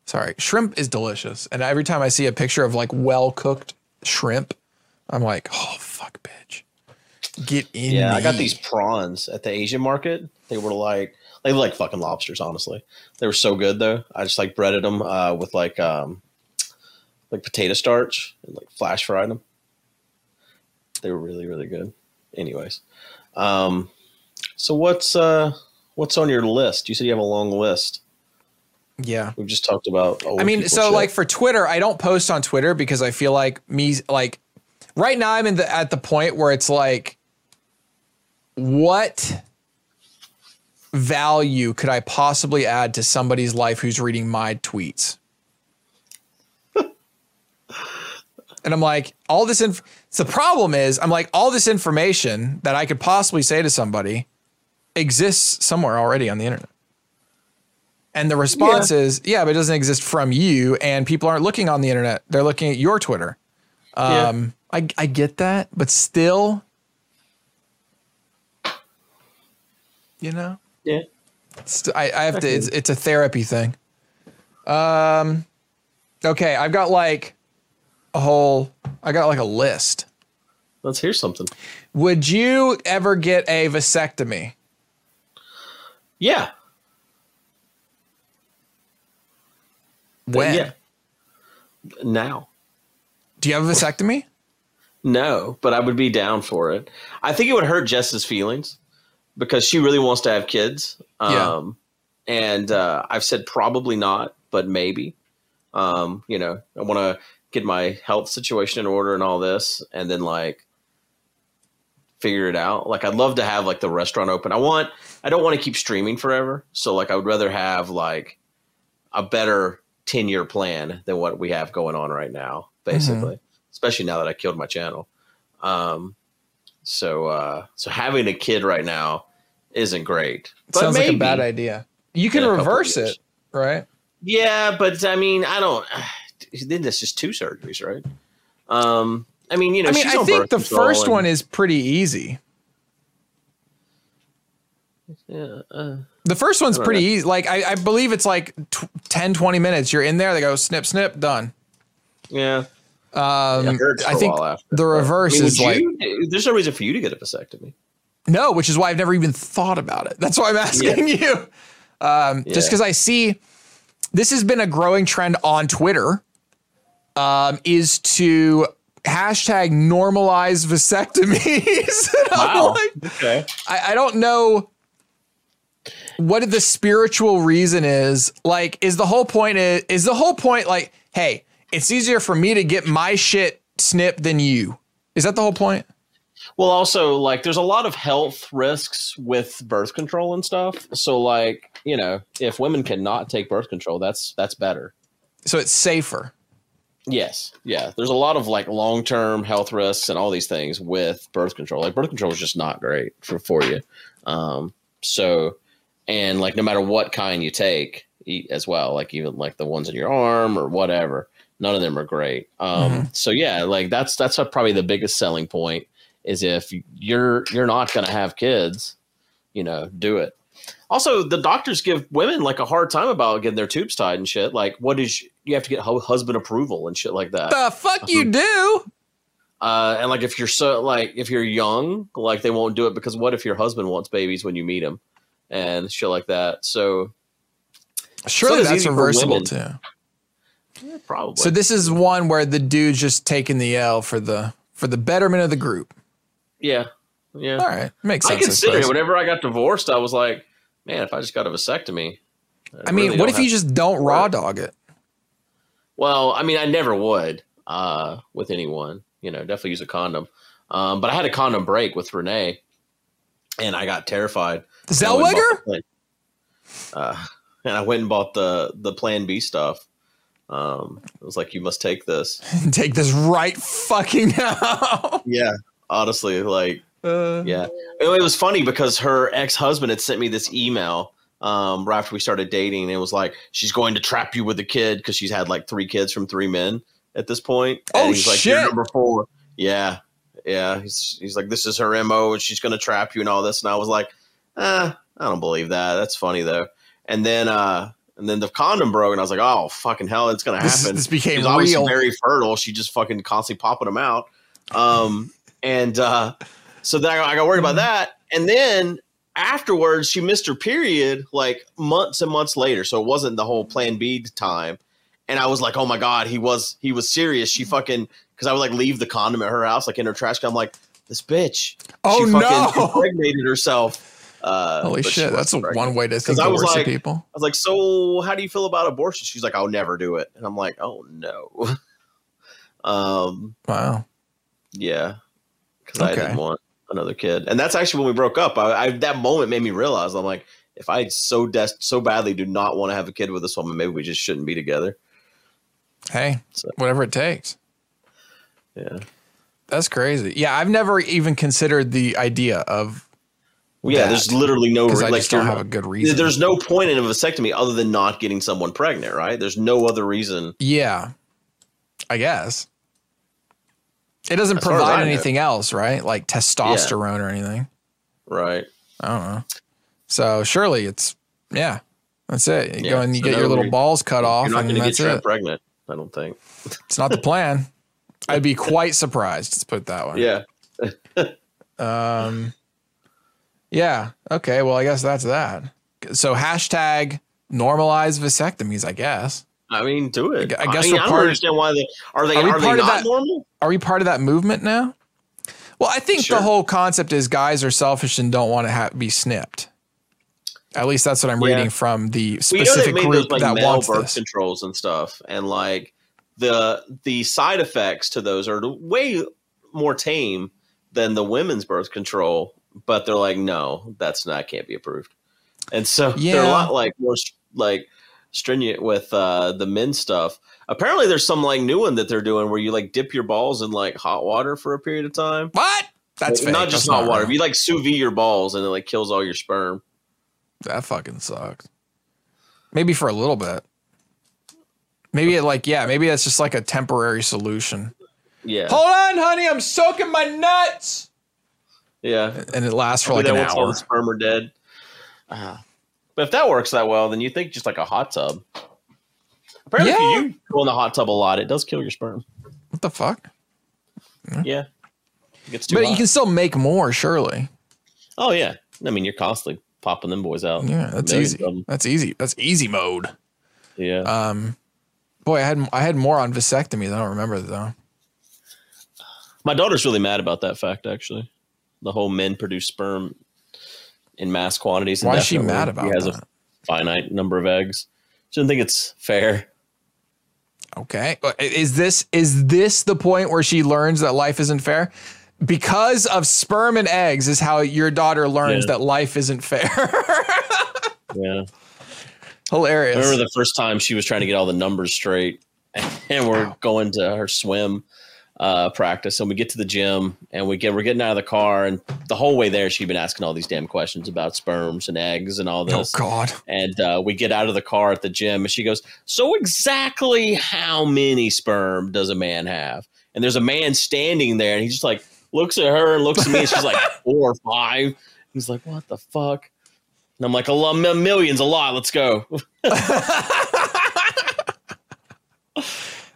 Speaker 1: Sorry. Shrimp is delicious. And every time I see a picture of like well cooked shrimp, I'm like, oh, fuck, bitch. Get in.
Speaker 2: yeah i got
Speaker 1: me."
Speaker 2: these prawns at the asian market they were like they were like fucking lobsters honestly they were so good though i just like breaded them uh, with like um like potato starch and like flash fried them they were really really good anyways um so what's uh what's on your list you said you have a long list
Speaker 1: Yeah.
Speaker 2: We've just talked about. old
Speaker 1: I mean,
Speaker 2: people
Speaker 1: so
Speaker 2: shit.
Speaker 1: like for Twitter, I don't post on Twitter because I feel like me, like right now I'm in the, at the point where it's like, what value could I possibly add to somebody's life who's reading my tweets? and I'm like, all this. Inf- so the problem is, I'm like, all this information that I could possibly say to somebody exists somewhere already on the internet. And the response is, yeah, but it doesn't exist from you, and people aren't looking on the internet; they're looking at your Twitter.
Speaker 2: Yeah.
Speaker 1: Um, I I get that, but still, you know,
Speaker 2: yeah,
Speaker 1: st- I I have to. It's, it's a therapy thing. Um, okay, I've got like a whole. I got like a list.
Speaker 2: let's hear something.
Speaker 1: Would you ever get a vasectomy?
Speaker 2: Yeah,
Speaker 1: When
Speaker 2: Yeah. Now.
Speaker 1: do you have a vasectomy?
Speaker 2: No, but I would be down for it. I think it would hurt Jess's feelings because she really wants to have kids.
Speaker 1: Yeah.
Speaker 2: Um, And uh, I've said probably not, but maybe. Um, you know, I want to get my health situation in order and all this, and then like figure it out. Like, I'd love to have like the restaurant open. I want, I don't want to keep streaming forever. So, like, I would rather have like a better 10 year plan than what we have going on right now,
Speaker 1: Mm-hmm.
Speaker 2: basically, especially now that I killed my channel. Um, so, uh, so having a kid right now isn't great. But
Speaker 1: Sounds like
Speaker 2: maybe.
Speaker 1: a bad idea. You can
Speaker 2: In a couple
Speaker 1: reverse
Speaker 2: years.
Speaker 1: it, right?
Speaker 2: Yeah, but I mean, I don't. Then that's just two surgeries, right? Um, I mean, you know,
Speaker 1: I mean,
Speaker 2: she's
Speaker 1: I
Speaker 2: on
Speaker 1: think
Speaker 2: birth
Speaker 1: the
Speaker 2: control
Speaker 1: first
Speaker 2: and-
Speaker 1: one is pretty easy.
Speaker 2: Yeah, uh,
Speaker 1: The first one's
Speaker 2: don't
Speaker 1: pretty
Speaker 2: know.
Speaker 1: easy. Like I, I believe it's like tw 10, 20 minutes. You're in there. They go snip, snip, done.
Speaker 2: yeah.
Speaker 1: Um,
Speaker 2: It hurts for
Speaker 1: I
Speaker 2: a
Speaker 1: think
Speaker 2: while after,
Speaker 1: the
Speaker 2: but-
Speaker 1: reverse
Speaker 2: I mean,
Speaker 1: is
Speaker 2: would
Speaker 1: like
Speaker 2: you- there's no reason for you to get a vasectomy.
Speaker 1: no, which is why I've never even thought about it. That's why I'm asking you. Um, Just
Speaker 2: Yeah.
Speaker 1: because I see this has been a growing trend on Twitter um, is to hashtag normalize vasectomies. And I'm like,
Speaker 2: okay.
Speaker 1: I, I don't know what the spiritual reason is. Like, is the whole point is, is the whole point like, hey, it's easier for me to get my shit snipped than you. Is that the whole point?
Speaker 2: Well, also, like, there's a lot of health risks with birth control and stuff. So, like, you know, if women cannot take birth control, that's that's better.
Speaker 1: So it's safer.
Speaker 2: Yes, yeah. There's a lot of like long term health risks and all these things with birth control. Like birth control is just not great for for you. Um, so, and like no matter what kind you take e- as well, like even like the ones in your arm or whatever, none of them are great. Um, So yeah, like that's that's what probably the biggest selling point is if you're you're not gonna have kids, you know, do it. Also, the doctors give women like a hard time about getting their tubes tied and shit. Like, what is you have to get hu- husband approval and shit like that.
Speaker 1: The fuck you do?
Speaker 2: Uh, and like, if you're so like if you're young, like they won't do it because what if your husband wants babies when you meet him and shit like that. So
Speaker 1: Surely
Speaker 2: it's
Speaker 1: that's
Speaker 2: easy for
Speaker 1: reversible
Speaker 2: women.
Speaker 1: too.
Speaker 2: yeah, probably.
Speaker 1: So this is one where the dude's just taking the L for the for the betterment of the group.
Speaker 2: yeah, yeah.
Speaker 1: All right, makes
Speaker 2: I
Speaker 1: sense. I
Speaker 2: considered it.
Speaker 1: suppose.
Speaker 2: Whenever I got divorced, I was like, man, if I just got a vasectomy.
Speaker 1: I mean,
Speaker 2: really
Speaker 1: what
Speaker 2: don't
Speaker 1: if you
Speaker 2: have-
Speaker 1: just don't raw dog it?
Speaker 2: Well, I mean, I never would uh, with anyone. You know, definitely use a condom. Um, but I had a condom break with Renee, and I got terrified. I went and
Speaker 1: Zellweger?
Speaker 2: bought the plan- Uh, and I went and bought the the Plan B stuff. Um, it was like you must take this.
Speaker 1: Take this right fucking now.
Speaker 2: Yeah, honestly, like
Speaker 1: Uh,
Speaker 2: yeah. It, it was funny because her ex husband had sent me this email um, right after we started dating. And it was like, she's going to trap you with a kid because she's had like three kids from three men at this point. And
Speaker 1: Oh,
Speaker 2: he's like, "You're
Speaker 1: shit.
Speaker 2: number four. Yeah. Yeah. He's, he's like, this is her MO and she's going to trap you and all this. And I was like, eh, I don't believe that. That's funny though. And then, uh, and then the condom broke, and I was like, "Oh fucking hell, it's gonna
Speaker 1: This-
Speaker 2: happen."
Speaker 1: this became
Speaker 2: She's obviously
Speaker 1: real.
Speaker 2: Very fertile. She just fucking constantly popping them out. Um, and uh, so then I got, I got worried
Speaker 1: Mm-hmm.
Speaker 2: about that. And then afterwards, she missed her period like months and months later. So it wasn't the whole plan B time. And I was like, oh my God, he was he was serious.
Speaker 1: Mm-hmm.
Speaker 2: She fucking because I would like leave the condom at her house, like in her trash can. I'm like, this bitch.
Speaker 1: Oh,
Speaker 2: she fucking
Speaker 1: no.
Speaker 2: impregnated herself. Uh,
Speaker 1: Holy
Speaker 2: but she
Speaker 1: shit, that's a,
Speaker 2: wasn't pregnant.
Speaker 1: one way to think
Speaker 2: I
Speaker 1: the
Speaker 2: was
Speaker 1: worst
Speaker 2: like-
Speaker 1: of people.
Speaker 2: I was like, "So, how do you feel about abortion?" She's like, "I'll never do it," and I'm like, "Oh no." um,
Speaker 1: Wow.
Speaker 2: yeah, because I
Speaker 1: Okay.
Speaker 2: didn't want another kid, and that's actually when we broke up. I, I that moment made me realize I'm like, if I so des- so badly do not want to have a kid with this woman, maybe we just shouldn't be together.
Speaker 1: Hey,
Speaker 2: So-
Speaker 1: whatever it takes.
Speaker 2: Yeah,
Speaker 1: That's crazy. Yeah, I've never even considered the idea of
Speaker 2: yeah.
Speaker 1: That-
Speaker 2: there's literally no
Speaker 1: because
Speaker 2: re-
Speaker 1: I
Speaker 2: like
Speaker 1: just don't
Speaker 2: you're-
Speaker 1: have a good reason.
Speaker 2: There's no point in a vasectomy other than not getting someone pregnant, right? There's no other reason.
Speaker 1: yeah, I guess it doesn't
Speaker 2: As far as I
Speaker 1: provide
Speaker 2: know.
Speaker 1: anything else, right? Like testosterone or anything.
Speaker 2: Right.
Speaker 1: I don't know. So surely it's yeah, that's it. You go
Speaker 2: Yeah,
Speaker 1: and you
Speaker 2: so
Speaker 1: get
Speaker 2: no
Speaker 1: your little
Speaker 2: re-
Speaker 1: balls cut off,
Speaker 2: You're not
Speaker 1: and
Speaker 2: going to get
Speaker 1: that's it.
Speaker 2: trapped pregnant. I don't think.
Speaker 1: It's not the plan. I'd be quite surprised. Let's put it that way.
Speaker 2: Yeah.
Speaker 1: Um, yeah. Okay. Well, I guess that's that. So hashtag normalize vasectomies. I guess.
Speaker 2: I mean, do it.
Speaker 1: I guess
Speaker 2: mean,
Speaker 1: we're
Speaker 2: I don't
Speaker 1: part of-
Speaker 2: understand why they are they
Speaker 1: Are
Speaker 2: are,
Speaker 1: we
Speaker 2: they
Speaker 1: part
Speaker 2: not
Speaker 1: of that-
Speaker 2: normal?
Speaker 1: Are we part of that movement now? Well, I think
Speaker 2: Sure.
Speaker 1: the whole concept is guys are selfish and don't want to ha- be snipped. At least that's what I'm
Speaker 2: Yeah.
Speaker 1: reading from the
Speaker 2: We know they
Speaker 1: specific
Speaker 2: made
Speaker 1: group
Speaker 2: those like
Speaker 1: that
Speaker 2: male
Speaker 1: wants
Speaker 2: birth
Speaker 1: this.
Speaker 2: controls and stuff, and like the the side effects to those are way more tame than the women's birth control. But they're like, no, that's not can't be approved, and so they're a
Speaker 1: Yeah.
Speaker 2: lot like more st- like stringent with uh, the men's stuff. Apparently, there's some like new one that they're doing where you like dip your balls in like hot water for a period of time.
Speaker 1: What? That's
Speaker 2: Like, not
Speaker 1: fake.
Speaker 2: just
Speaker 1: That's
Speaker 2: hot water.
Speaker 1: real.
Speaker 2: If you like sous vide your balls and it like kills all your sperm.
Speaker 1: That fucking sucks. Maybe for a little bit. Maybe it like yeah, maybe that's just like a temporary solution.
Speaker 2: Yeah,
Speaker 1: Hold on, honey, I'm soaking my nuts.
Speaker 2: yeah.
Speaker 1: And it lasts for like
Speaker 2: Maybe
Speaker 1: an
Speaker 2: that once all
Speaker 1: hour.
Speaker 2: the sperm are dead. But if that works that well, then you think just like a hot tub. Apparently,
Speaker 1: Yeah.
Speaker 2: if you go in the hot tub a lot, it does kill your sperm.
Speaker 1: What the fuck?
Speaker 2: Yeah, it gets too
Speaker 1: But you
Speaker 2: hot.
Speaker 1: can still make more, surely.
Speaker 2: oh yeah, I mean you're constantly popping them boys out.
Speaker 1: Yeah, that's
Speaker 2: Millions
Speaker 1: easy.
Speaker 2: of them.
Speaker 1: That's easy. That's easy mode.
Speaker 2: Yeah,
Speaker 1: Um, boy, I had I had more on vasectomy than I don't remember though.
Speaker 2: my daughter's really mad about that fact. Actually, the whole men produce sperm in mass quantities.
Speaker 1: Why is she
Speaker 2: indefinitely.
Speaker 1: mad about
Speaker 2: She has
Speaker 1: that?
Speaker 2: a finite number of eggs. She doesn't think it's fair.
Speaker 1: Okay, Uh, is this is this the point where she learns that life isn't fair? Because of sperm and eggs is how your daughter learns
Speaker 2: Yeah.
Speaker 1: that life isn't fair.
Speaker 2: Yeah.
Speaker 1: Hilarious.
Speaker 2: I remember the first time she was trying to get all the numbers straight, and we're going to her swim uh, practice, and we get to the gym, and we get we're getting out of the car, and the whole way there, she'd been asking all these damn questions about sperms and eggs and all
Speaker 1: oh
Speaker 2: this,
Speaker 1: God.
Speaker 2: and uh, we get out of the car at the gym, and she goes, "So exactly how many sperm does a man have?" And there's a man standing there, and he just like looks at her and looks at me, and she's like four or five. He's like, "What the fuck?" And I'm like, "A lot, a millions, a lot. Let's go."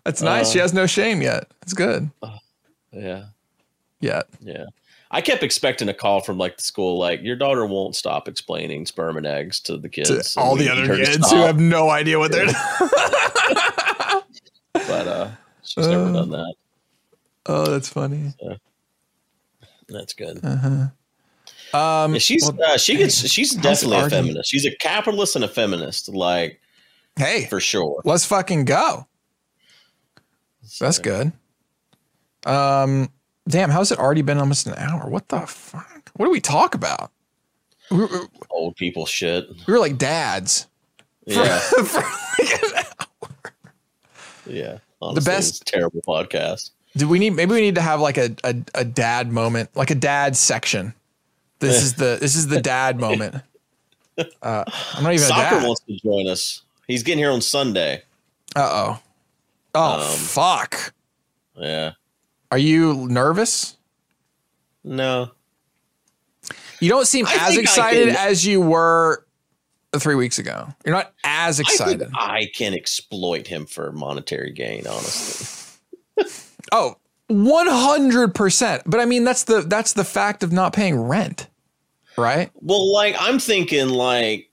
Speaker 1: That's nice.
Speaker 2: Uh,
Speaker 1: she has no shame yet. It's good.
Speaker 2: yeah.
Speaker 1: Yet.
Speaker 2: Yeah. I kept expecting a call from like the school, like your daughter won't stop explaining sperm and eggs to the kids.
Speaker 1: To
Speaker 2: and
Speaker 1: all the
Speaker 2: we need
Speaker 1: other
Speaker 2: her to
Speaker 1: kids who
Speaker 2: stop."
Speaker 1: have no idea what they're doing.
Speaker 2: but uh, she's never
Speaker 1: Uh.
Speaker 2: done that.
Speaker 1: Oh, that's funny.
Speaker 2: That's good.
Speaker 1: Um
Speaker 2: Yeah, she's
Speaker 1: well,
Speaker 2: uh, she gets she's definitely a
Speaker 1: argue.
Speaker 2: feminist. She's a capitalist and a feminist, like
Speaker 1: hey,
Speaker 2: for sure.
Speaker 1: let's fucking go. That's
Speaker 2: So,
Speaker 1: good. Um, damn, how's it already been almost an hour? What the fuck? What do we talk about? We we- we were,
Speaker 2: Old people shit.
Speaker 1: like dads. for-
Speaker 2: Yeah,
Speaker 1: for like an hour.
Speaker 2: yeah. Honestly, the
Speaker 1: best-
Speaker 2: best terrible podcast.
Speaker 1: do we need? Maybe we need to have like a, a, a dad moment, like a dad section. This is the this is the dad moment. Uh, I'm not even
Speaker 2: Soccer
Speaker 1: a dad.
Speaker 2: wants to join us. He's getting here on Sunday.
Speaker 1: Uh oh. Oh
Speaker 2: Um,
Speaker 1: fuck.
Speaker 2: Yeah.
Speaker 1: Are you nervous?
Speaker 2: No.
Speaker 1: You don't seem
Speaker 2: I
Speaker 1: as
Speaker 2: think I
Speaker 1: excited
Speaker 2: can-
Speaker 1: as you were three weeks ago. You're not as
Speaker 2: I
Speaker 1: excited.
Speaker 2: think I can exploit him for monetary gain, honestly.
Speaker 1: Oh, 100%. But I mean that's the that's the fact of not paying rent. Right?
Speaker 2: Well, like I'm thinking, like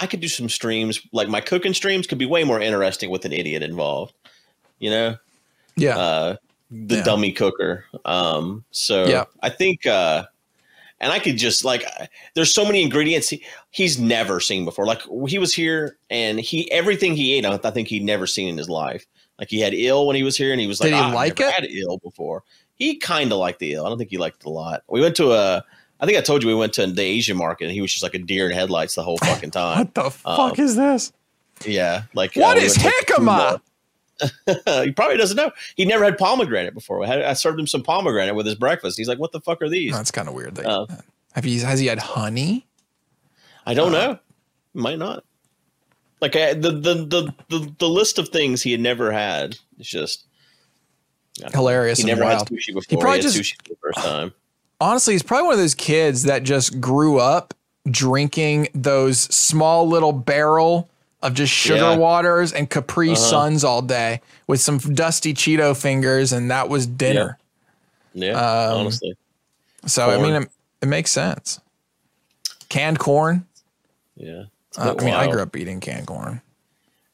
Speaker 2: I could do some streams. Like my cooking streams could be way more interesting with an idiot involved. You know,
Speaker 1: Yeah.
Speaker 2: uh, the
Speaker 1: Yeah.
Speaker 2: dummy cooker. Um, so
Speaker 1: Yeah.
Speaker 2: I think, uh, and I could just like, I- there's so many ingredients he, he's never seen before. Like he was here, and he everything he ate, I think he'd never seen in his life. Like he had ill when he was here, and he was like,
Speaker 1: Did he
Speaker 2: "Ah, I've
Speaker 1: like
Speaker 2: never
Speaker 1: it?"
Speaker 2: Had ill before. He kind of liked the ill. I don't think he liked it a lot. We went to a. I think I told you we went to the Asian market, and he was just like a deer in headlights the whole fucking time.
Speaker 1: what the fuck is this?
Speaker 2: yeah, like
Speaker 1: What
Speaker 2: uh, we
Speaker 1: is
Speaker 2: went to Cuba.
Speaker 1: jicama?
Speaker 2: he probably doesn't know. He never had pomegranate before. I, had, I served him some pomegranate with his breakfast. He's like, "What the fuck are these?"
Speaker 1: That's kind of weird. That
Speaker 2: Oh.
Speaker 1: have you has he had honey?
Speaker 2: I don't know. Might not. Like I, the, the the the the list of things he had never had. It's just
Speaker 1: Hilarious
Speaker 2: he
Speaker 1: and
Speaker 2: never had
Speaker 1: wild.
Speaker 2: sushi before.
Speaker 1: He
Speaker 2: He
Speaker 1: probably
Speaker 2: had
Speaker 1: just-
Speaker 2: sushi for the first time.
Speaker 1: Honestly, he's probably one of those kids that just grew up drinking those small little barrel of just sugar
Speaker 2: Yeah. Uh-huh.
Speaker 1: waters and Capri Suns all day with some dusty Cheeto fingers, and that was dinner.
Speaker 2: Yeah,
Speaker 1: Um,
Speaker 2: honestly,
Speaker 1: So I
Speaker 2: Corn.
Speaker 1: mean, it, it makes sense. Canned corn.
Speaker 2: yeah. It's a
Speaker 1: Uh,
Speaker 2: bit
Speaker 1: I mean, I
Speaker 2: wild.
Speaker 1: grew up eating canned corn.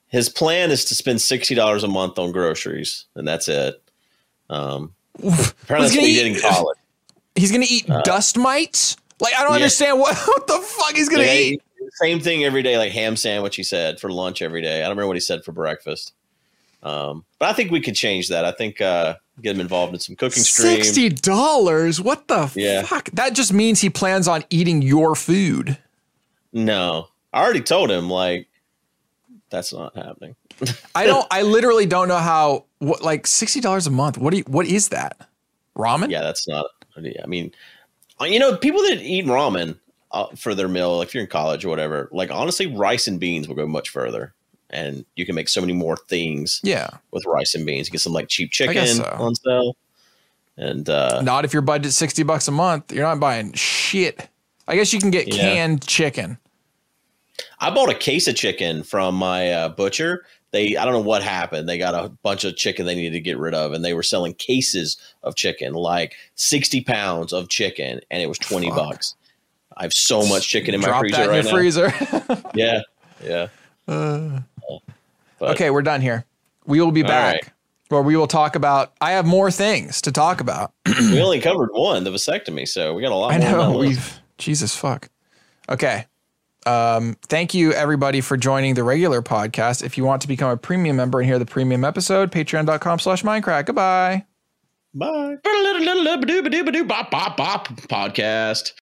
Speaker 2: his plan is to spend sixty dollars a month on groceries, and that's it. Um, apparently, that's what he
Speaker 1: gonna
Speaker 2: did in
Speaker 1: eat-
Speaker 2: college.
Speaker 1: He's gonna eat dust mites. Like I don't
Speaker 2: Uh, yeah.
Speaker 1: understand what, what the fuck he's gonna
Speaker 2: Yeah,
Speaker 1: eat.
Speaker 2: he- same thing every day, like ham sandwich. He said for lunch every day. I don't remember what he said for breakfast. Um, but I think we could change that. I think uh, get him involved in some cooking streams.
Speaker 1: Sixty dollars? What the
Speaker 2: Yeah.
Speaker 1: fuck? That just means he plans on eating your food.
Speaker 2: No, I already told him like that's not happening.
Speaker 1: I don't. I literally don't know how. What like sixty dollars a month? What do you, What is that? Ramen?
Speaker 2: Yeah, that's not. I mean, uh, you know, people that eat ramen uh, for their meal, like if you're in college or whatever, like honestly, rice and beans will go much further, and you can make so many more things
Speaker 1: Yeah.
Speaker 2: with rice and beans. You get some like cheap chicken
Speaker 1: guess so.
Speaker 2: on sale, and uh,
Speaker 1: Not if your budget's sixty bucks a month. You're not buying shit. I guess you can get
Speaker 2: Yeah.
Speaker 1: canned chicken.
Speaker 2: I bought a case of chicken from my uh, butcher. They, I don't know what happened. They got a bunch of chicken they needed to get rid of, and they were selling cases of chicken, like sixty pounds of chicken, and it was twenty
Speaker 1: Fuck.
Speaker 2: bucks. I have so much chicken in my
Speaker 1: Drop
Speaker 2: freezer
Speaker 1: that in
Speaker 2: right
Speaker 1: your
Speaker 2: now.
Speaker 1: freezer.
Speaker 2: Yeah, yeah. But-
Speaker 1: okay, we're done here. We will be
Speaker 2: All
Speaker 1: back,
Speaker 2: right.
Speaker 1: where we will talk about. I have more things to talk about.
Speaker 2: we only covered one, the vasectomy, so we got a lot
Speaker 1: I
Speaker 2: more. on
Speaker 1: know
Speaker 2: that list.
Speaker 1: we've Jesus fuck. Okay. Um, thank you everybody for joining the regular podcast. If you want to become a premium member and hear the premium episode, patreon.com slash minecraft. Goodbye.
Speaker 2: Bye. Podcast.